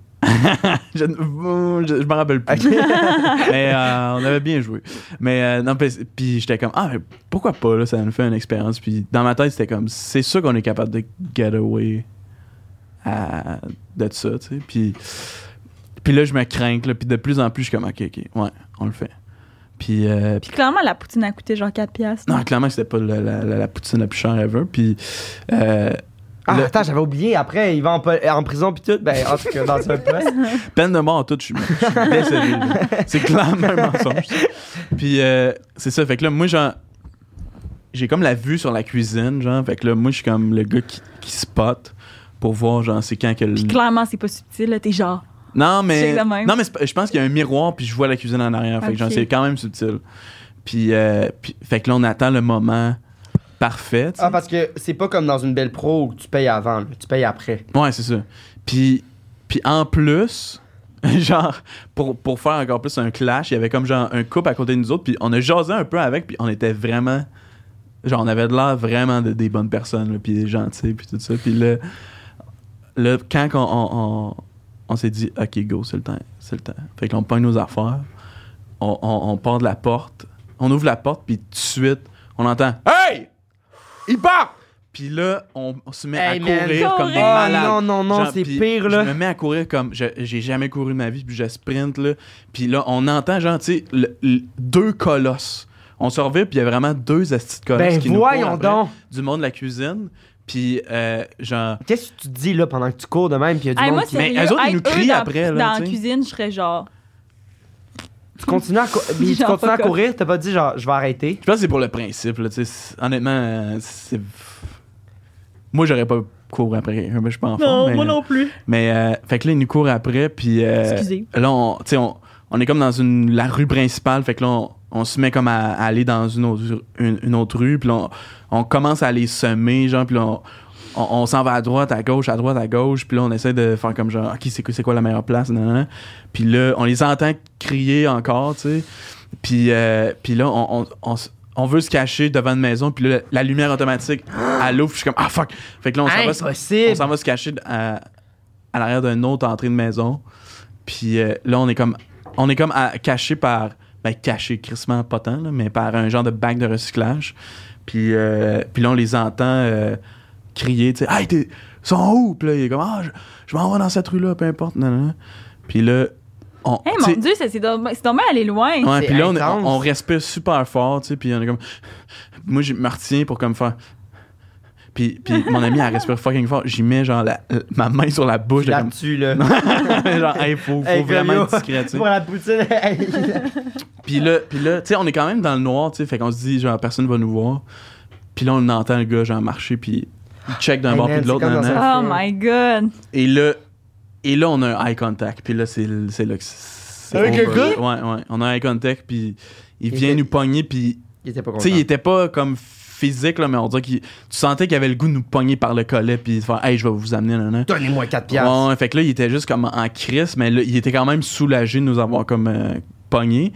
je ne hmm, je- je m'en rappelle plus. mais euh, on avait bien joué. Mais euh, non, puis, puis j'étais comme, ah, mais pourquoi pas, là, ça nous fait une expérience. Puis dans ma tête, c'était comme, c'est sûr qu'on est capable de get away à- de ça, tu sais. Puis, puis là, je me crains, là, puis de plus en plus, je suis comme, ok, ok, ouais, on le fait. Puis, euh, Puis clairement, la poutine a coûté genre 4 piastres. non, clairement, c'était pas la, la- la- la poutine la plus chère ever. Puis, euh, Ah, Le- attends, j'avais oublié. Après, il va en, po- en prison puis tout. Ben, en tout cas, dans un poste. peine de mort en tout, je suis je suis désolé. là. C'est clairement un mensonge. ça. Puis, euh, c'est ça. Fait que là, moi, genre, j'ai comme la vue sur la cuisine, genre. Fait que là, moi, je suis comme le gars qui, qui spot. pour voir, genre, c'est quand que le- Puis clairement, c'est pas subtil, là. T'es genre. Non, mais. C'est le même. Non, mais c'est pas- je pense qu'il y a un miroir, puis je vois la cuisine en arrière. Fait que, genre, Ok. c'est quand même subtil. Puis, euh, puis- fait que là, on attend le moment parfait. tu sais. Ah, parce que c'est pas comme dans une belle pro où tu payes avant, là, tu payes après. Ouais, c'est ça. Puis, puis en plus, genre, pour, pour faire encore plus un clash, il y avait comme genre un couple à côté de nous autres, puis on a jasé un peu avec, puis on était vraiment. Genre, on avait de l'air vraiment de, des bonnes personnes, là, puis des gentils, puis tout ça. Puis là, là quand qu'on- on, on, on s'est dit, OK, go, c'est le temps, c'est le temps. Fait que là, on pogne nos affaires, on, on, on part de la porte, on ouvre la porte, puis tout de suite, on entend Hey! Il part! Oh, Puis là, on, on se met à Hey, man. courir comme des Courir. Ah, malades. non, non, non, Genre, c'est puis pire, là. Je me mets à courir comme. je- J'ai jamais couru de ma vie, puis je sprint, là. Puis là, on entend, genre, tu sais, le- le- deux colosses. On se revient, puis il y a vraiment deux astis de colosses. Ben qui nous courent voyons après, donc. Du monde de la cuisine. Puis, euh, genre. Qu'est-ce que tu te dis là pendant que tu cours de même puis il y a du Hey, monde moi, qui... Mais sérieux, eux autres, ils être nous crient dans- après, là, Dans tu la sais. cuisine, je serais genre. Tu continues à, cou- puis tu Genre, continues à fuck off. courir, t'as pas dit genre je vais arrêter. Je pense que c'est pour le principe, là, tu sais. c'est- Honnêtement, euh, c'est. Moi, j'aurais pas couru après quelqu'un, mais je suis pas enfant. mais, plus. mais, euh, fait que là, ils nous courent après, puis. euh, Excusez. Là, on, tu sais, on, on est comme dans une, la rue principale, fait que là, on, on se met comme à, à aller dans une autre, une, une autre rue, puis là, on, on commence à les semer, genre, puis là, on, on, on s'en va à droite, à gauche, à droite, à gauche, puis là, on essaie de faire comme genre, OK, c'est quoi, c'est quoi la meilleure place, nan, nan, nan. Puis là, on les entend crier encore, tu sais. Puis, euh, puis là, on, on, on s- on veut se cacher devant une maison, puis là, la lumière automatique, à l'ouvre, je suis comme, ah fuck! Fait que là, on s'en va se- on Impossible. s'en va se cacher à, à l'arrière d'une autre entrée de maison. Puis euh, là, on est comme, on est comme à- caché par. Ben, caché, crissement pas tant, là, mais par un genre de bac de recyclage. Puis, euh, puis là, on les entend euh, crier, tu sais, hey, t'es- ils sont où? Puis là, il est comme, ah, je, je m'en vais dans cette rue-là, peu importe. nan, nan, nan. Puis là, on. Hey, tu mon sais, Dieu, ça- c'est dommage c'est dommage aller loin. Ouais, C'est puis là, on, intense. on, on respire super fort, tu sais, puis on est comme... Moi, je me retiens pour comme faire... Puis, puis mon ami, elle respire fucking fort. J'y mets, genre, la- la- ma main sur la bouche. de comme... Là-dessus là. genre, hey, faut, faut Hey, vraiment Flavio, être discret, tu sais. Pour la poutine. hey. Puis là, puis là, tu sais, on est quand même dans le noir, tu sais, fait qu'on se dit, genre, personne va nous voir. Puis là, on entend le gars, genre, marcher, puis il check d'un Hey, bord man, puis de l'autre. c'est comme dans nanana. Oh my god. Et là, et là, on a un eye contact. Puis là, c'est c'est là que c'est Avec le over. Ouais, ouais. On a un eye contact, puis il Il vient était- nous pogner, puis Il était pas Tu sais, content. il était pas comme physique, là, mais on dirait qu'il. Tu sentais qu'il avait le goût de nous pogner par le collet puis de faire Hey, je vais vous amener, nan, nan. Donnez-moi 4 piastres. Ouais, ouais, fait que là, il était juste comme en crise, mais là, il était quand même soulagé de nous avoir comme euh, pogné.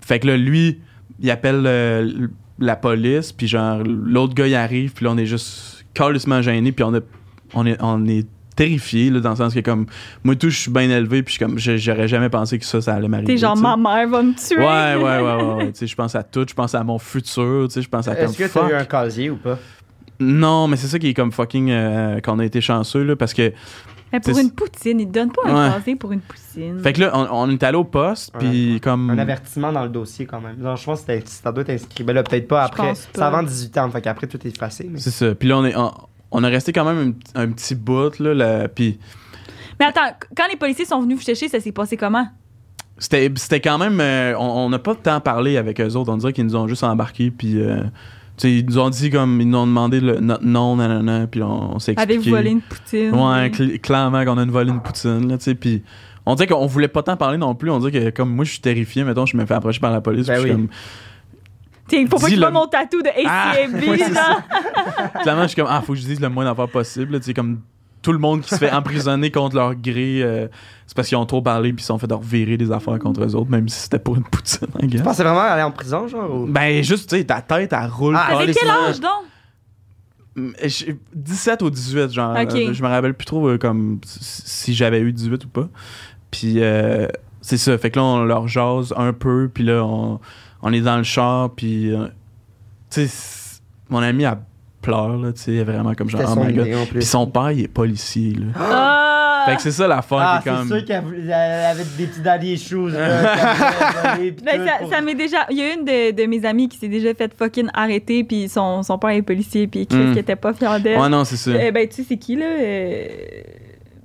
Fait que là, lui, il appelle euh, la police, puis genre, l'autre gars, il arrive, puis là, on est juste carrément gêné, puis on, a- on est, on est terrifié, là, dans le sens que, comme, moi, tout, je suis bien élevé, puis je suis comme, je- j'aurais jamais pensé que ça, ça allait m'arriver. T'es genre, tu sais. ma mère va me tuer. Ouais, ouais, ouais, ouais. ouais. Tu sais, je pense à tout, je pense à mon futur, tu sais, je pense à comme Est-ce que t'as fuck. eu un casier ou pas? Non, mais c'est ça qui est comme fucking euh, qu'on a été chanceux là, parce que Mm. Mais pour C'est- une poutine, ils te donnent pas Ouais. un casier pour une poutine. fait que là on, on est allé au poste puis comme Un avertissement dans le dossier quand même. Genre, je pense que c'était- ça doit être inscrit. Ben là, peut-être pas Je après. pense C'est pas. avant 18 ans, fait qu'après tout est effacé. mais- c'est ça. Puis là on est on, on a resté quand même un, un petit bout là, là, puis Mais attends, quand les policiers sont venus vous chercher, ça s'est passé comment? c'était c'était quand même euh, on on n'a pas tant parlé avec eux autres, on dirait qu'ils nous ont juste embarqués puis euh, tu sais, ils nous ont dit comme ils nous ont demandé le, notre nom nanana puis on, on s'est expliqué. Avez-vous volé une poutine? Ouais, cl- clairement qu'on a une volée une poutine, là, tu sais, puis on dirait qu'on voulait pas tant parler non plus, on dirait que comme moi je suis terrifié, mettons, je me fais approcher par la police, Ben puis je suis oui. T'sais, faut pas Dis qu'il le- voit mon tatou de ACAB, Ah, ouais, c'est genre. comme, clairement, je suis comme, ah, faut que je dise le moins d'affaires possible, là, tu sais, comme tout le monde qui se fait emprisonner contre leur gré, euh, c'est parce qu'ils ont trop parlé, puis ils se sont fait leur virer des affaires contre eux autres, même si c'était pour une poutine, I guess. Tu pensais vraiment aller en prison, genre? ou- Ben, juste, tu sais, ta tête, elle roule. Ah, T'avais quel carrément. âge, donc? Je- 17 ou 18, genre. Ok. euh, Je me rappelle plus trop euh, comme si si j'avais eu 18 ou pas. Puis euh, c'est ça. Fait que là, on leur jase un peu. Puis là, on, on est dans le char. Puis, euh, tu sais, c- mon ami, elle pleure, là, tu sais, vraiment comme genre, C'était oh son my god. idée, en plus. Puis son père, il est policier, là. Ah! Fait que c'est ça l'affaire Ah, qui est c'est comme. sûr qu'elle voulait- elle avait des petits daliers choses. là, qu'elle voulait voler, puis Ben, tout ça, pour- ça m'est déjà. Il y a une de, de mes amies qui s'est déjà fait fucking arrêter, puis son, son père est policier, puis Chris Mm. qui était pas fier d'elle. Eh Ouais, non, c'est ça. Euh, ben, tu sais, c'est qui, là? Euh,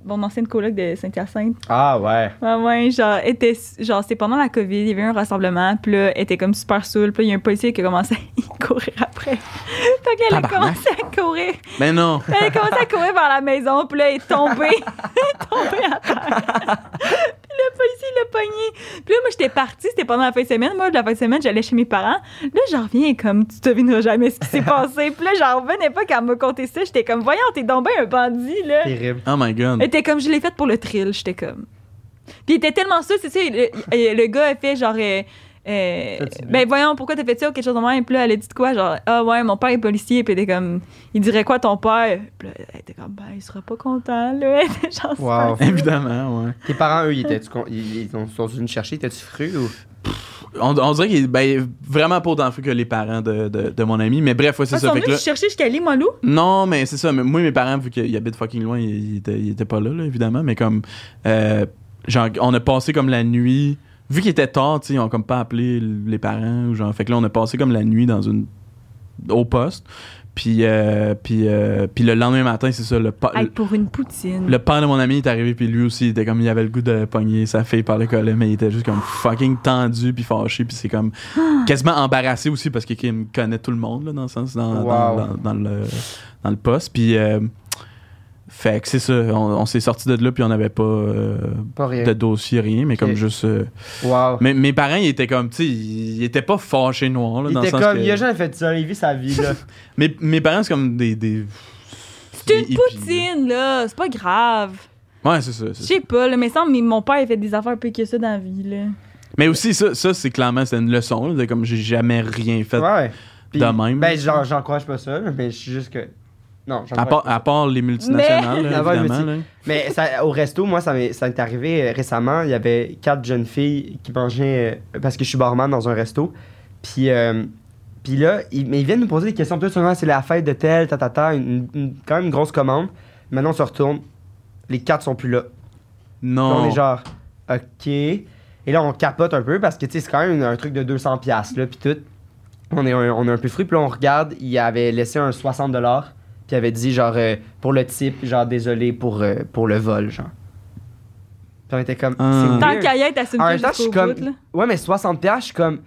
mon ancienne coloc de Saint-Hyacinthe. Ah ouais. Ouais, ouais, genre, elle était, genre, c'était pendant la COVID, il y avait eu un rassemblement, puis là, elle était comme super saoule, puis là, il y a un policier qui a commencé à y courir après. Fait qu'elle a Tabarnak. commencé à courir. Mais non. Elle a commencé à courir vers la maison, puis là, elle est tombée. elle est tombée à terre. puis le policier l'a pognée. Puis là, moi, j'étais partie, c'était pendant la fin de semaine. Moi, de la fin de semaine, j'allais chez mes parents. Là, j'en reviens comme, tu devineras jamais ce qui s'est passé. Puis là, j'en revenais pas quand elle m'a conté ça. J'étais comme, voyons, t'es donc ben un bandit, là. Terrible. Oh my god. Elle était comme, je l'ai faite pour le thrill. J'étais comme. Puis il était tellement sûr, c'est ça, le, euh, le gars a fait genre. euh, euh, T'as-tu vu? ben voyons, pourquoi t'as fait ça ou quelque chose de même? Puis là, elle a dit de quoi? Genre, ah ouais, mon père est policier. Puis elle était comme, il dirait quoi ton père? Puis là, elle était comme, ben il sera pas content, là. Elle était genre, Wow. super- Ah, Évidemment, ouais. Tes parents, eux, ils, étaient, ils, ils sont- sont venus te chercher. T'étais-tu fru ou. On, on dirait qu'il est ben, vraiment pas autant fou que les parents de, de, de mon ami. Mais bref, ouais, c'est Ah, Ils ça. sont Fait que là- venus chercher jusqu'à l'île, moi, loup. Non, mais c'est ça. mais Moi, mes parents, vu qu'ils habitent fucking loin, ils, ils étaient, ils étaient pas là, là, évidemment. Mais comme, euh, genre, on a passé comme la nuit. Vu qu'il était tard, tu sais, ils ont comme pas appelé l- les parents. Ou genre, fait que là, on a passé comme la nuit dans une au poste. Puis, euh, puis, euh, puis le lendemain matin, c'est ça, le, pa- Hey, pour une poutine. le père de mon ami est arrivé, puis lui aussi, il était comme, il avait le goût de pogner sa fille par le collet, mais il était juste comme fucking tendu, puis fâché, puis c'est comme quasiment embarrassé aussi parce que Kim connaît tout le monde, là, dans le sens, dans, dans- Wow. dans- dans le, dans le poste. Puis, euh, fait que c'est ça, on, on s'est sorti de là, puis on n'avait pas euh, Pas rien. de dossier, rien, mais comme Ok. juste. euh, Wow. mais mes parents, ils étaient comme, tu sais, ils étaient pas fâchés noirs, là, Il dans le était sens. comme. que- Il a jamais fait ça. Il vit sa vie, là. mes, mes parents, c'est comme des. des C'est une des hippies, poutine, là. C'est pas grave. là. Ouais, c'est ça. Je c'est ça. sais pas, là, mais il semble que mon père, il fait des affaires plus que ça dans la vie, là. Mais aussi, ça, ça c'est clairement c'est une leçon. là, de comme j'ai jamais rien fait. ouais. Puis, de même. Ben, j'en- j'encourage pas ça, mais je suis juste que. Non, À j'encourage part, pas. à part les multinationales, là, Ah ouais, évidemment. là. Mais ça- au resto, moi, ça m'est ça m'est arrivé euh, récemment. Il y avait quatre jeunes filles qui mangeaient. euh, parce que je suis barman dans un resto. Puis. euh, puis là, ils, mais ils viennent nous poser des questions. Tout simplement, c'est la fête de tel, tatata, une, une- quand même une grosse commande. Maintenant, on se retourne. Les quatre sont plus là. Puis Non. On est genre, OK. Et là, on capote un peu parce que, tu sais, c'est quand même un truc de 200 pièces là, puis tout. On est, un, on est un peu fruit. Puis là, on regarde, il avait laissé un 60 dollars puis il avait dit, genre, euh, pour le type, genre, désolé pour, euh, pour le vol, genre. Puis on était comme, Ah. c'est Tant weird. qu'à y être, t'assumes Mm. En pas même temps, je suis jusqu'au comme, bout, là. ouais, mais 60 pièces je suis comme,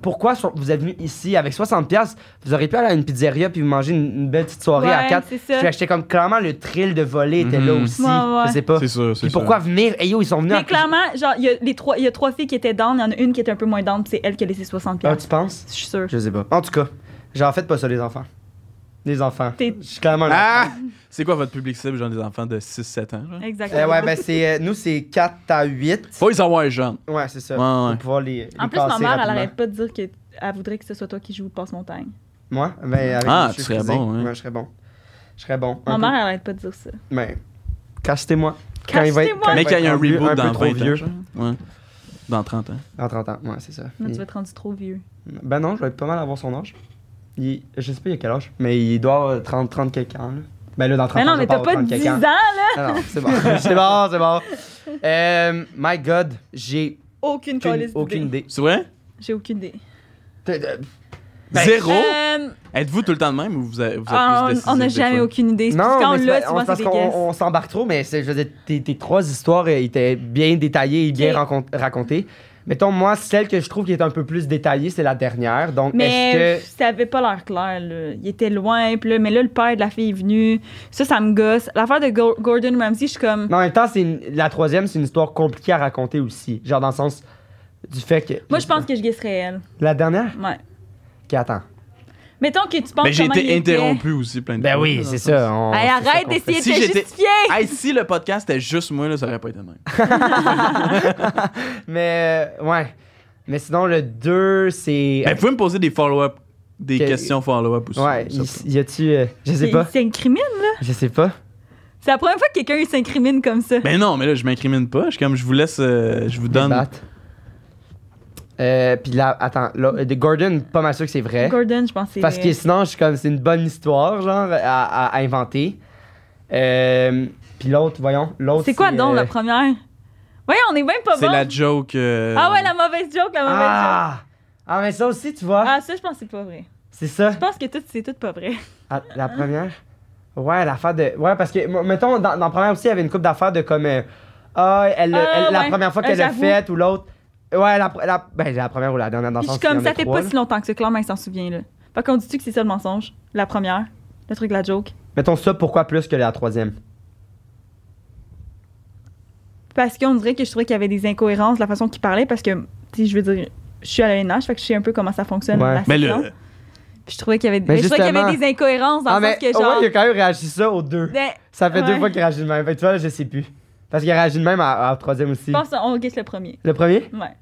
pourquoi so- vous êtes venu ici avec 60 pièces Vous auriez pu aller à une pizzeria puis vous manger une, une belle petite soirée à Ouais, 4. c'est ça. Puis acheté comme, clairement, le thrill de voler était là Mhm. aussi. Ouais, ouais. Je sais pas. C'est sûr, c'est Puis sûr. pourquoi venir? Hey yo, ils sont venus Mais en- clairement, genre, il y a les trois, il y a trois filles qui étaient down, il y en a une qui était un peu moins down, puis c'est elle qui a laissé 60 Ah, pièces. tu penses? Je suis sûre. Je sais pas. En tout cas, genre, faites pas ça, les enfants. Les enfants. T'es- Je suis clairement. un enfant. Ah! C'est quoi votre public cible, genre des enfants de 6-7 ans? genre? Exactement. Euh, ouais, ben c'est. euh, nous, c'est 4 à 8. Faut les avoir jeunes. Ouais, c'est ça. Ouais, ouais. Pour pouvoir les. les en plus, ma casser mère, elle rapidement. arrête pas de dire qu'elle voudrait que ce soit toi qui joue Passe-Montagne. Moi, ben, avec Ah, mes tu cheveux serais frisés. bon, hein. Ouais, je serais bon. Je serais bon. Ma Un mère, elle arrête pas de dire ça. peu. Ben, cachetez-moi. Quand il va être- Cachetez-moi! quand Mais qu'il y ait un un peu- reboot un peu dans trop 20 vieux. ans. genre. Ouais. Dans 30 ans. En 30 ans, ouais, c'est ça. Non, Il- tu vas être rendu trop vieux. Ben non, je vais être pas mal avant son âge. Il- Je sais pas, il a quel âge, mais il doit avoir 30, 30 quelques ans, là. Ben là, dans 30 Mais ans, non, je mais vais pas t'as avoir pas 30 quelques 10 ans. ans, là! Ah non, c'est bon. c'est bon, c'est bon. Euh, my God, j'ai Aucune aucune, calice aucune idée. C'est vrai? J'ai aucune idée. T'es- t'es- Ben, Zéro? Euh, Êtes-vous tout le temps de même ou vous êtes, vous êtes ah, plus on- on n'a n'a jamais aucune idée. C'est parce Non, que quand on mais c'est l'a, pas- souvent, on- c'est parce des qu'on guesses. on s'embarque trop, mais c'est- je veux dire, tes, tes trois histoires euh, étaient bien détaillées et bien Ok. rancon- racontées. Mettons, moi, celle que je trouve qui est un peu plus détaillée, c'est la dernière. Donc, Mais est-ce que. ça avait pas l'air clair, là. Il était loin, puis là, mais là, le père de la fille est venu. Ça, ça me gosse. L'affaire de Go- Gordon Ramsay, je suis comme... Mais en même temps, c'est une- la troisième, c'est une histoire compliquée à raconter aussi. Genre, dans le sens du fait que. Moi, je pense que je guesserais elle. La dernière Ouais. qui attend. Mettons que tu penses Mais j'ai comment il été était. interrompu aussi plein de Ben fois, oui, là, dans c'est le sens. ça. on- Hey, c'est ça arrête qu'on d'essayer Si de te j'étais- justifier! Ah, Hey, si le podcast était juste moi, là, ça aurait pas été le même. fait. Mais, euh, ouais. Mais sinon, le 2, c'est. Ben, vous pouvez me poser des follow-up, des Que- questions follow-up aussi. Ouais, ça peut- y, y a-tu. euh, je sais Il pas. s'incrimine. Je sais pas. C'est la première fois que quelqu'un il s'incrimine comme ça. Ben non, mais là, je m'incrimine pas. Je, suis comme, je vous laisse, euh, je vous donne. Débattre. Euh, puis là, attends, là, euh, de Gordon, pas mal sûr que c'est vrai. Gordon, je pense que c'est. Parce que sinon, je suis comme, c'est une bonne histoire, genre, à, à- à inventer. Euh, puis l'autre, voyons, l'autre. C'est quoi donc euh, la première? Ouais, on est même pas C'est bon. la joke. euh, Ah ouais, la mauvaise joke, la mauvaise joke. Ah! Ah, mais ça aussi, tu vois, Ah, ça, je pense que c'est pas vrai. c'est ça. Je pense que tout, c'est tout pas vrai. Ah, la première. Ouais, l'affaire de. Ouais, parce que, m- mettons, dans, dans la première aussi, il y avait une coupe d'affaires de comme. euh, ah, elle, Ah, elle- la ouais. première fois Ah, qu'elle l'a j'avoue. faite ou l'autre. Ouais, la, pr- la, ben, la première ou la dernière dans le Puis je sens suis comme, qu'il y en a ça fait trois, pas là. si longtemps que c'est clairement, il s'en souvient, là. Fait qu'on dit-tu que c'est ça le mensonge? La première? Le truc, la joke? Mettons ça, pourquoi plus que la troisième Parce qu'on dirait que je trouvais qu'il y avait des incohérences de la façon qu'il parlait, parce que, tu sais, je veux dire, je suis à l'ENH, fait que je sais un peu comment ça fonctionne. Ouais. la Mais session. le. Puis je trouvais qu'il y avait, Mais je trouvais qu'il y avait justement- des incohérences dans Ah, le mais sens que, au moins, genre. il a quand même réagi ça aux deux. ben, Ça fait deux Ouais. fois qu'il réagit de même. Fait que tu vois, là, je sais plus. Parce qu'il réagit de même à, à la troisième aussi. je pense qu'on guette le premier. Le premier Ouais.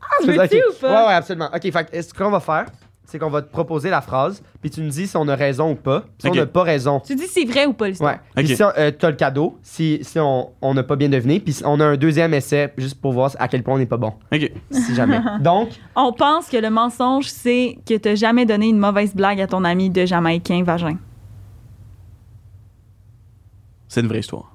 Ah, veux-tu ou pas? Ouais, ouais, absolument. Ok, fait que ce qu'on va faire, c'est qu'on va te proposer la phrase, puis tu nous dis si on a raison ou pas. Si Ok. on n'a pas raison, Tu dis c'est vrai ou pas l'histoire? Ouais. Puis Ok. si on- euh, t'as le cadeau, si, si on on n'a pas bien deviné, puis on a un deuxième essai juste pour voir à quel point on n'est pas bon, Ok. si jamais. Donc, On pense que le mensonge, c'est que t'as jamais donné une mauvaise blague à ton ami de Jamaïcain vagin. C'est une vraie histoire.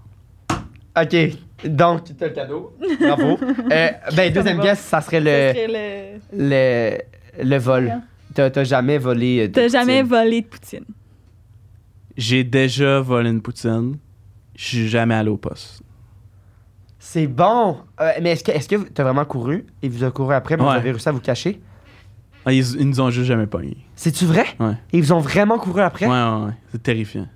ok, donc t'as le cadeau, bravo. Euh, ben deuxième va. guess, ça serait le le, le vol. T'as t'as jamais volé. euh, de T'as jamais poutine. volé de poutine. J'ai déjà volé une poutine. Je suis jamais allé au poste. C'est bon. Euh, mais est-ce que est-ce que vous- t'as vraiment couru et vous avez couru après, mais vous Ouais. avez réussi à vous cacher Ah, Ils, ils nous ont juste jamais pogné. C'est-tu vrai Ouais. Et ils vous ont vraiment couru après Ouais, ouais, ouais. C'est terrifiant.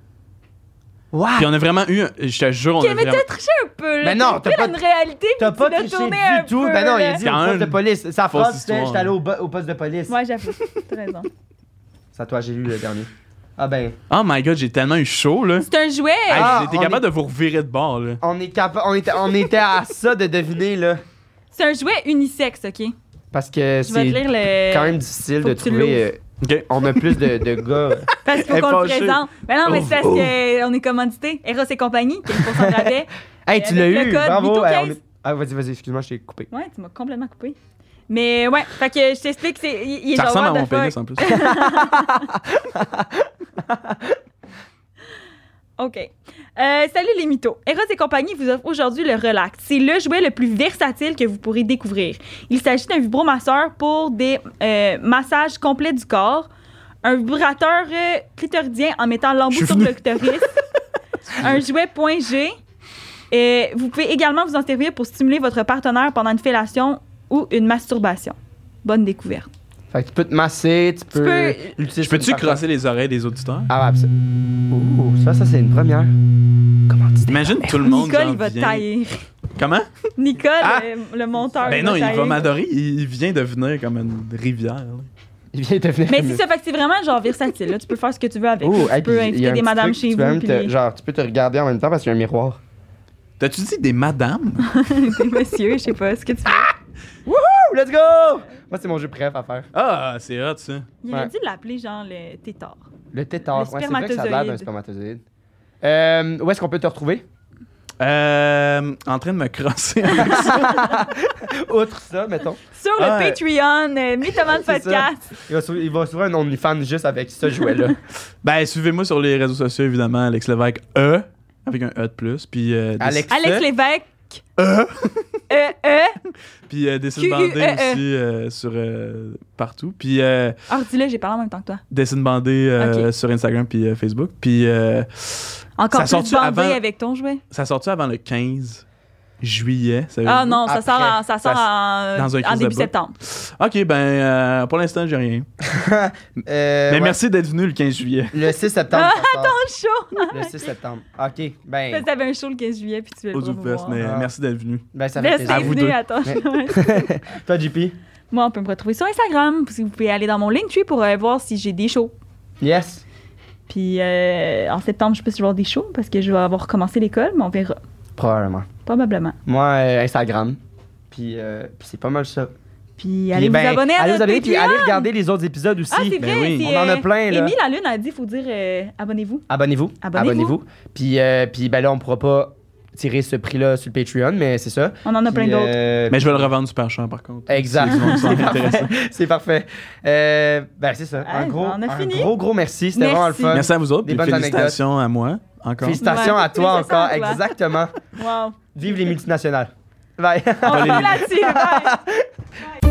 Wow. Puis on a vraiment eu. Je te jure, on Ok, a mais vraiment. t'as triché un peu, là. Mais non, t'as fait pas- une réalité, T'as puis pas tu l'as triché tourné du un tout. peu, Ben non, il là. a dit C'est au poste un- de police. Sa fausse phrase, c'était histoire, j'étais allé hein. au, bo- au poste de police. Ouais, j'avoue, t'as raison. C'est à toi, j'ai lu le dernier. Ah ben, Oh my god, j'ai tellement eu chaud, là. C'est un jouet! Hey, Ah, j'étais on capable de vous revirer de bord, là. on est capa- on était, on était à ça de deviner là, C'est un jouet unisexe, ok? parce que Je vais te c'est lire le. quand même difficile Faut de que tu trouver. euh, Ok. on a plus de, de gars. Parce qu'il Elle est faut qu'on le fâchée. présente. Mais non, mais Ouf, c'est parce ouf. qu'on est commandité. Eros et compagnie, 15% de rabais. Hey, tu Avec l'as le eu, code bravo. Vito15. Hey, on est- Ah vas-y, vas-y, excuse-moi, je t'ai coupé. Ouais, tu m'as complètement coupé. Mais ouais, fait que je t'explique, c'est, il, il est Ça genre ressemble à what mon the fuck. pénis en plus. OK. Euh, salut les mythos. Eros et compagnie vous offre aujourd'hui le Relax. C'est le jouet le plus versatile que vous pourrez découvrir. Il s'agit d'un vibromasseur pour des euh, massages complets du corps, un vibrateur euh, clitoridien en mettant l'embout Je suis sur venu. le clitoris, un jouet point G. Et vous pouvez également vous en servir pour stimuler votre partenaire pendant une fellation ou une masturbation. Bonne découverte. Fait que tu peux te masser, tu peux. peux- l'utiliser Je peux-tu sur une crosser les oreilles des auditeurs? personne. Ah ouais, absolument. Ouh, ça, ça c'est une première. Comment tu dis Imagine tout le monde. Nicole, genre, il va vient- tailler. Comment? Nicole, Ah! euh, le monteur. Ben non, il va tailler. m'adorer. Il il vient de venir comme une rivière. là. Il vient de venir. Mais c'est ça, fait que c'est vraiment genre versatile. Là, tu peux faire ce que tu veux avec. Ouh, tu hey, peux puis il y a inviter un des petit madames truc, chez tu peux vous. même te- Puis Genre, tu peux te regarder en même temps parce qu'il y a un miroir. T'as-tu dit des madames? des messieurs, je sais pas ce que tu veux. Ouh, let's go! Moi, c'est mon jeu préf à faire. Ah, c'est hot, ça. Il aurait Ouais. dû l'appeler genre le tétard. Le tétard. Le ouais, c'est vrai que ça a l'air d'un spermatozoïde. spermatozoïde. Euh, où est-ce qu'on peut te retrouver? Euh, en train de me crosser. Outre ça, mettons. Sur Ah, le ouais. Patreon, euh, Mythoman C'est ça. Podcast. Il va, sou- il va s'ouvrir un OnlyFans juste avec ce jouet-là. ben, suivez-moi sur les réseaux sociaux, évidemment. Alex Lévesque E, avec un E de plus. Puis, euh, des- Alex. Alex Lévesque. E. Euh, euh. Puis, euh, Dessin Q-U-E-E. Bandé E. aussi euh, sur euh, partout. Puis, euh, Ah, dis-le, j'ai parlé en même temps que toi. Dessin Bandé euh, sur Instagram puis euh, Facebook. Puis, euh, Encore Ça plus sort-tu bandé avant- avec ton jouet. ça sort-tu avant le 15 juillet? savez-vous? Ah non, ça sort, Après. en, ça sort en, dans un en crise de début bas. septembre. Ok, ben, euh, pour l'instant, j'ai rien. Euh, Mais ouais, merci d'être venu le 15 juillet. Le 6 septembre. ça sort. Oh, le show! le 6 septembre. OK. Ben, Tu avais un show le 15 juillet, puis tu veux le Au du voir. mais Ah. merci d'être venu. ben ça fait Laisse plaisir. À vous les deux. attends. Ouais. Toi, JP? Moi, on peut me retrouver sur Instagram. Vous pouvez aller dans mon Linktree pour euh, voir si j'ai des shows. Yes. Puis euh, en septembre, je sais pas si je vais avoir des shows parce que je vais avoir commencé l'école, mais on verra. Probablement. Probablement. Moi, euh, Instagram. Puis, euh, puis c'est pas mal ça. Puis Puis, allez ben, vous abonner à allez notre vous abonner, puis Patreon. allez regarder les autres épisodes aussi. Ah, c'est Ben vrai. oui. c'est, On en a euh, plein, là. Amy Lalune a dit faut dire euh, abonnez-vous. Abonnez-vous. Abonnez-vous. Puis, euh, puis ben là, on pourra pas tirer ce prix-là sur le Patreon, mais c'est ça. On en a plein Puis, d'autres. euh, Mais je vais le revendre super cher, par contre. Exact. Ils vont s'en C'est intéresser. parfait. C'est parfait. Euh, ben, c'est ça. Ah, un gros, on a un fini. gros, gros merci. C'était Merci. vraiment le fun. Merci à vous autres. Des Puis bonnes félicitations à moi. Encore. Félicitations Ouais, à toi félicitations encore. à toi. Exactement. Wow. Vive les multinationales. Bye. On se voit là-dessus. Bye.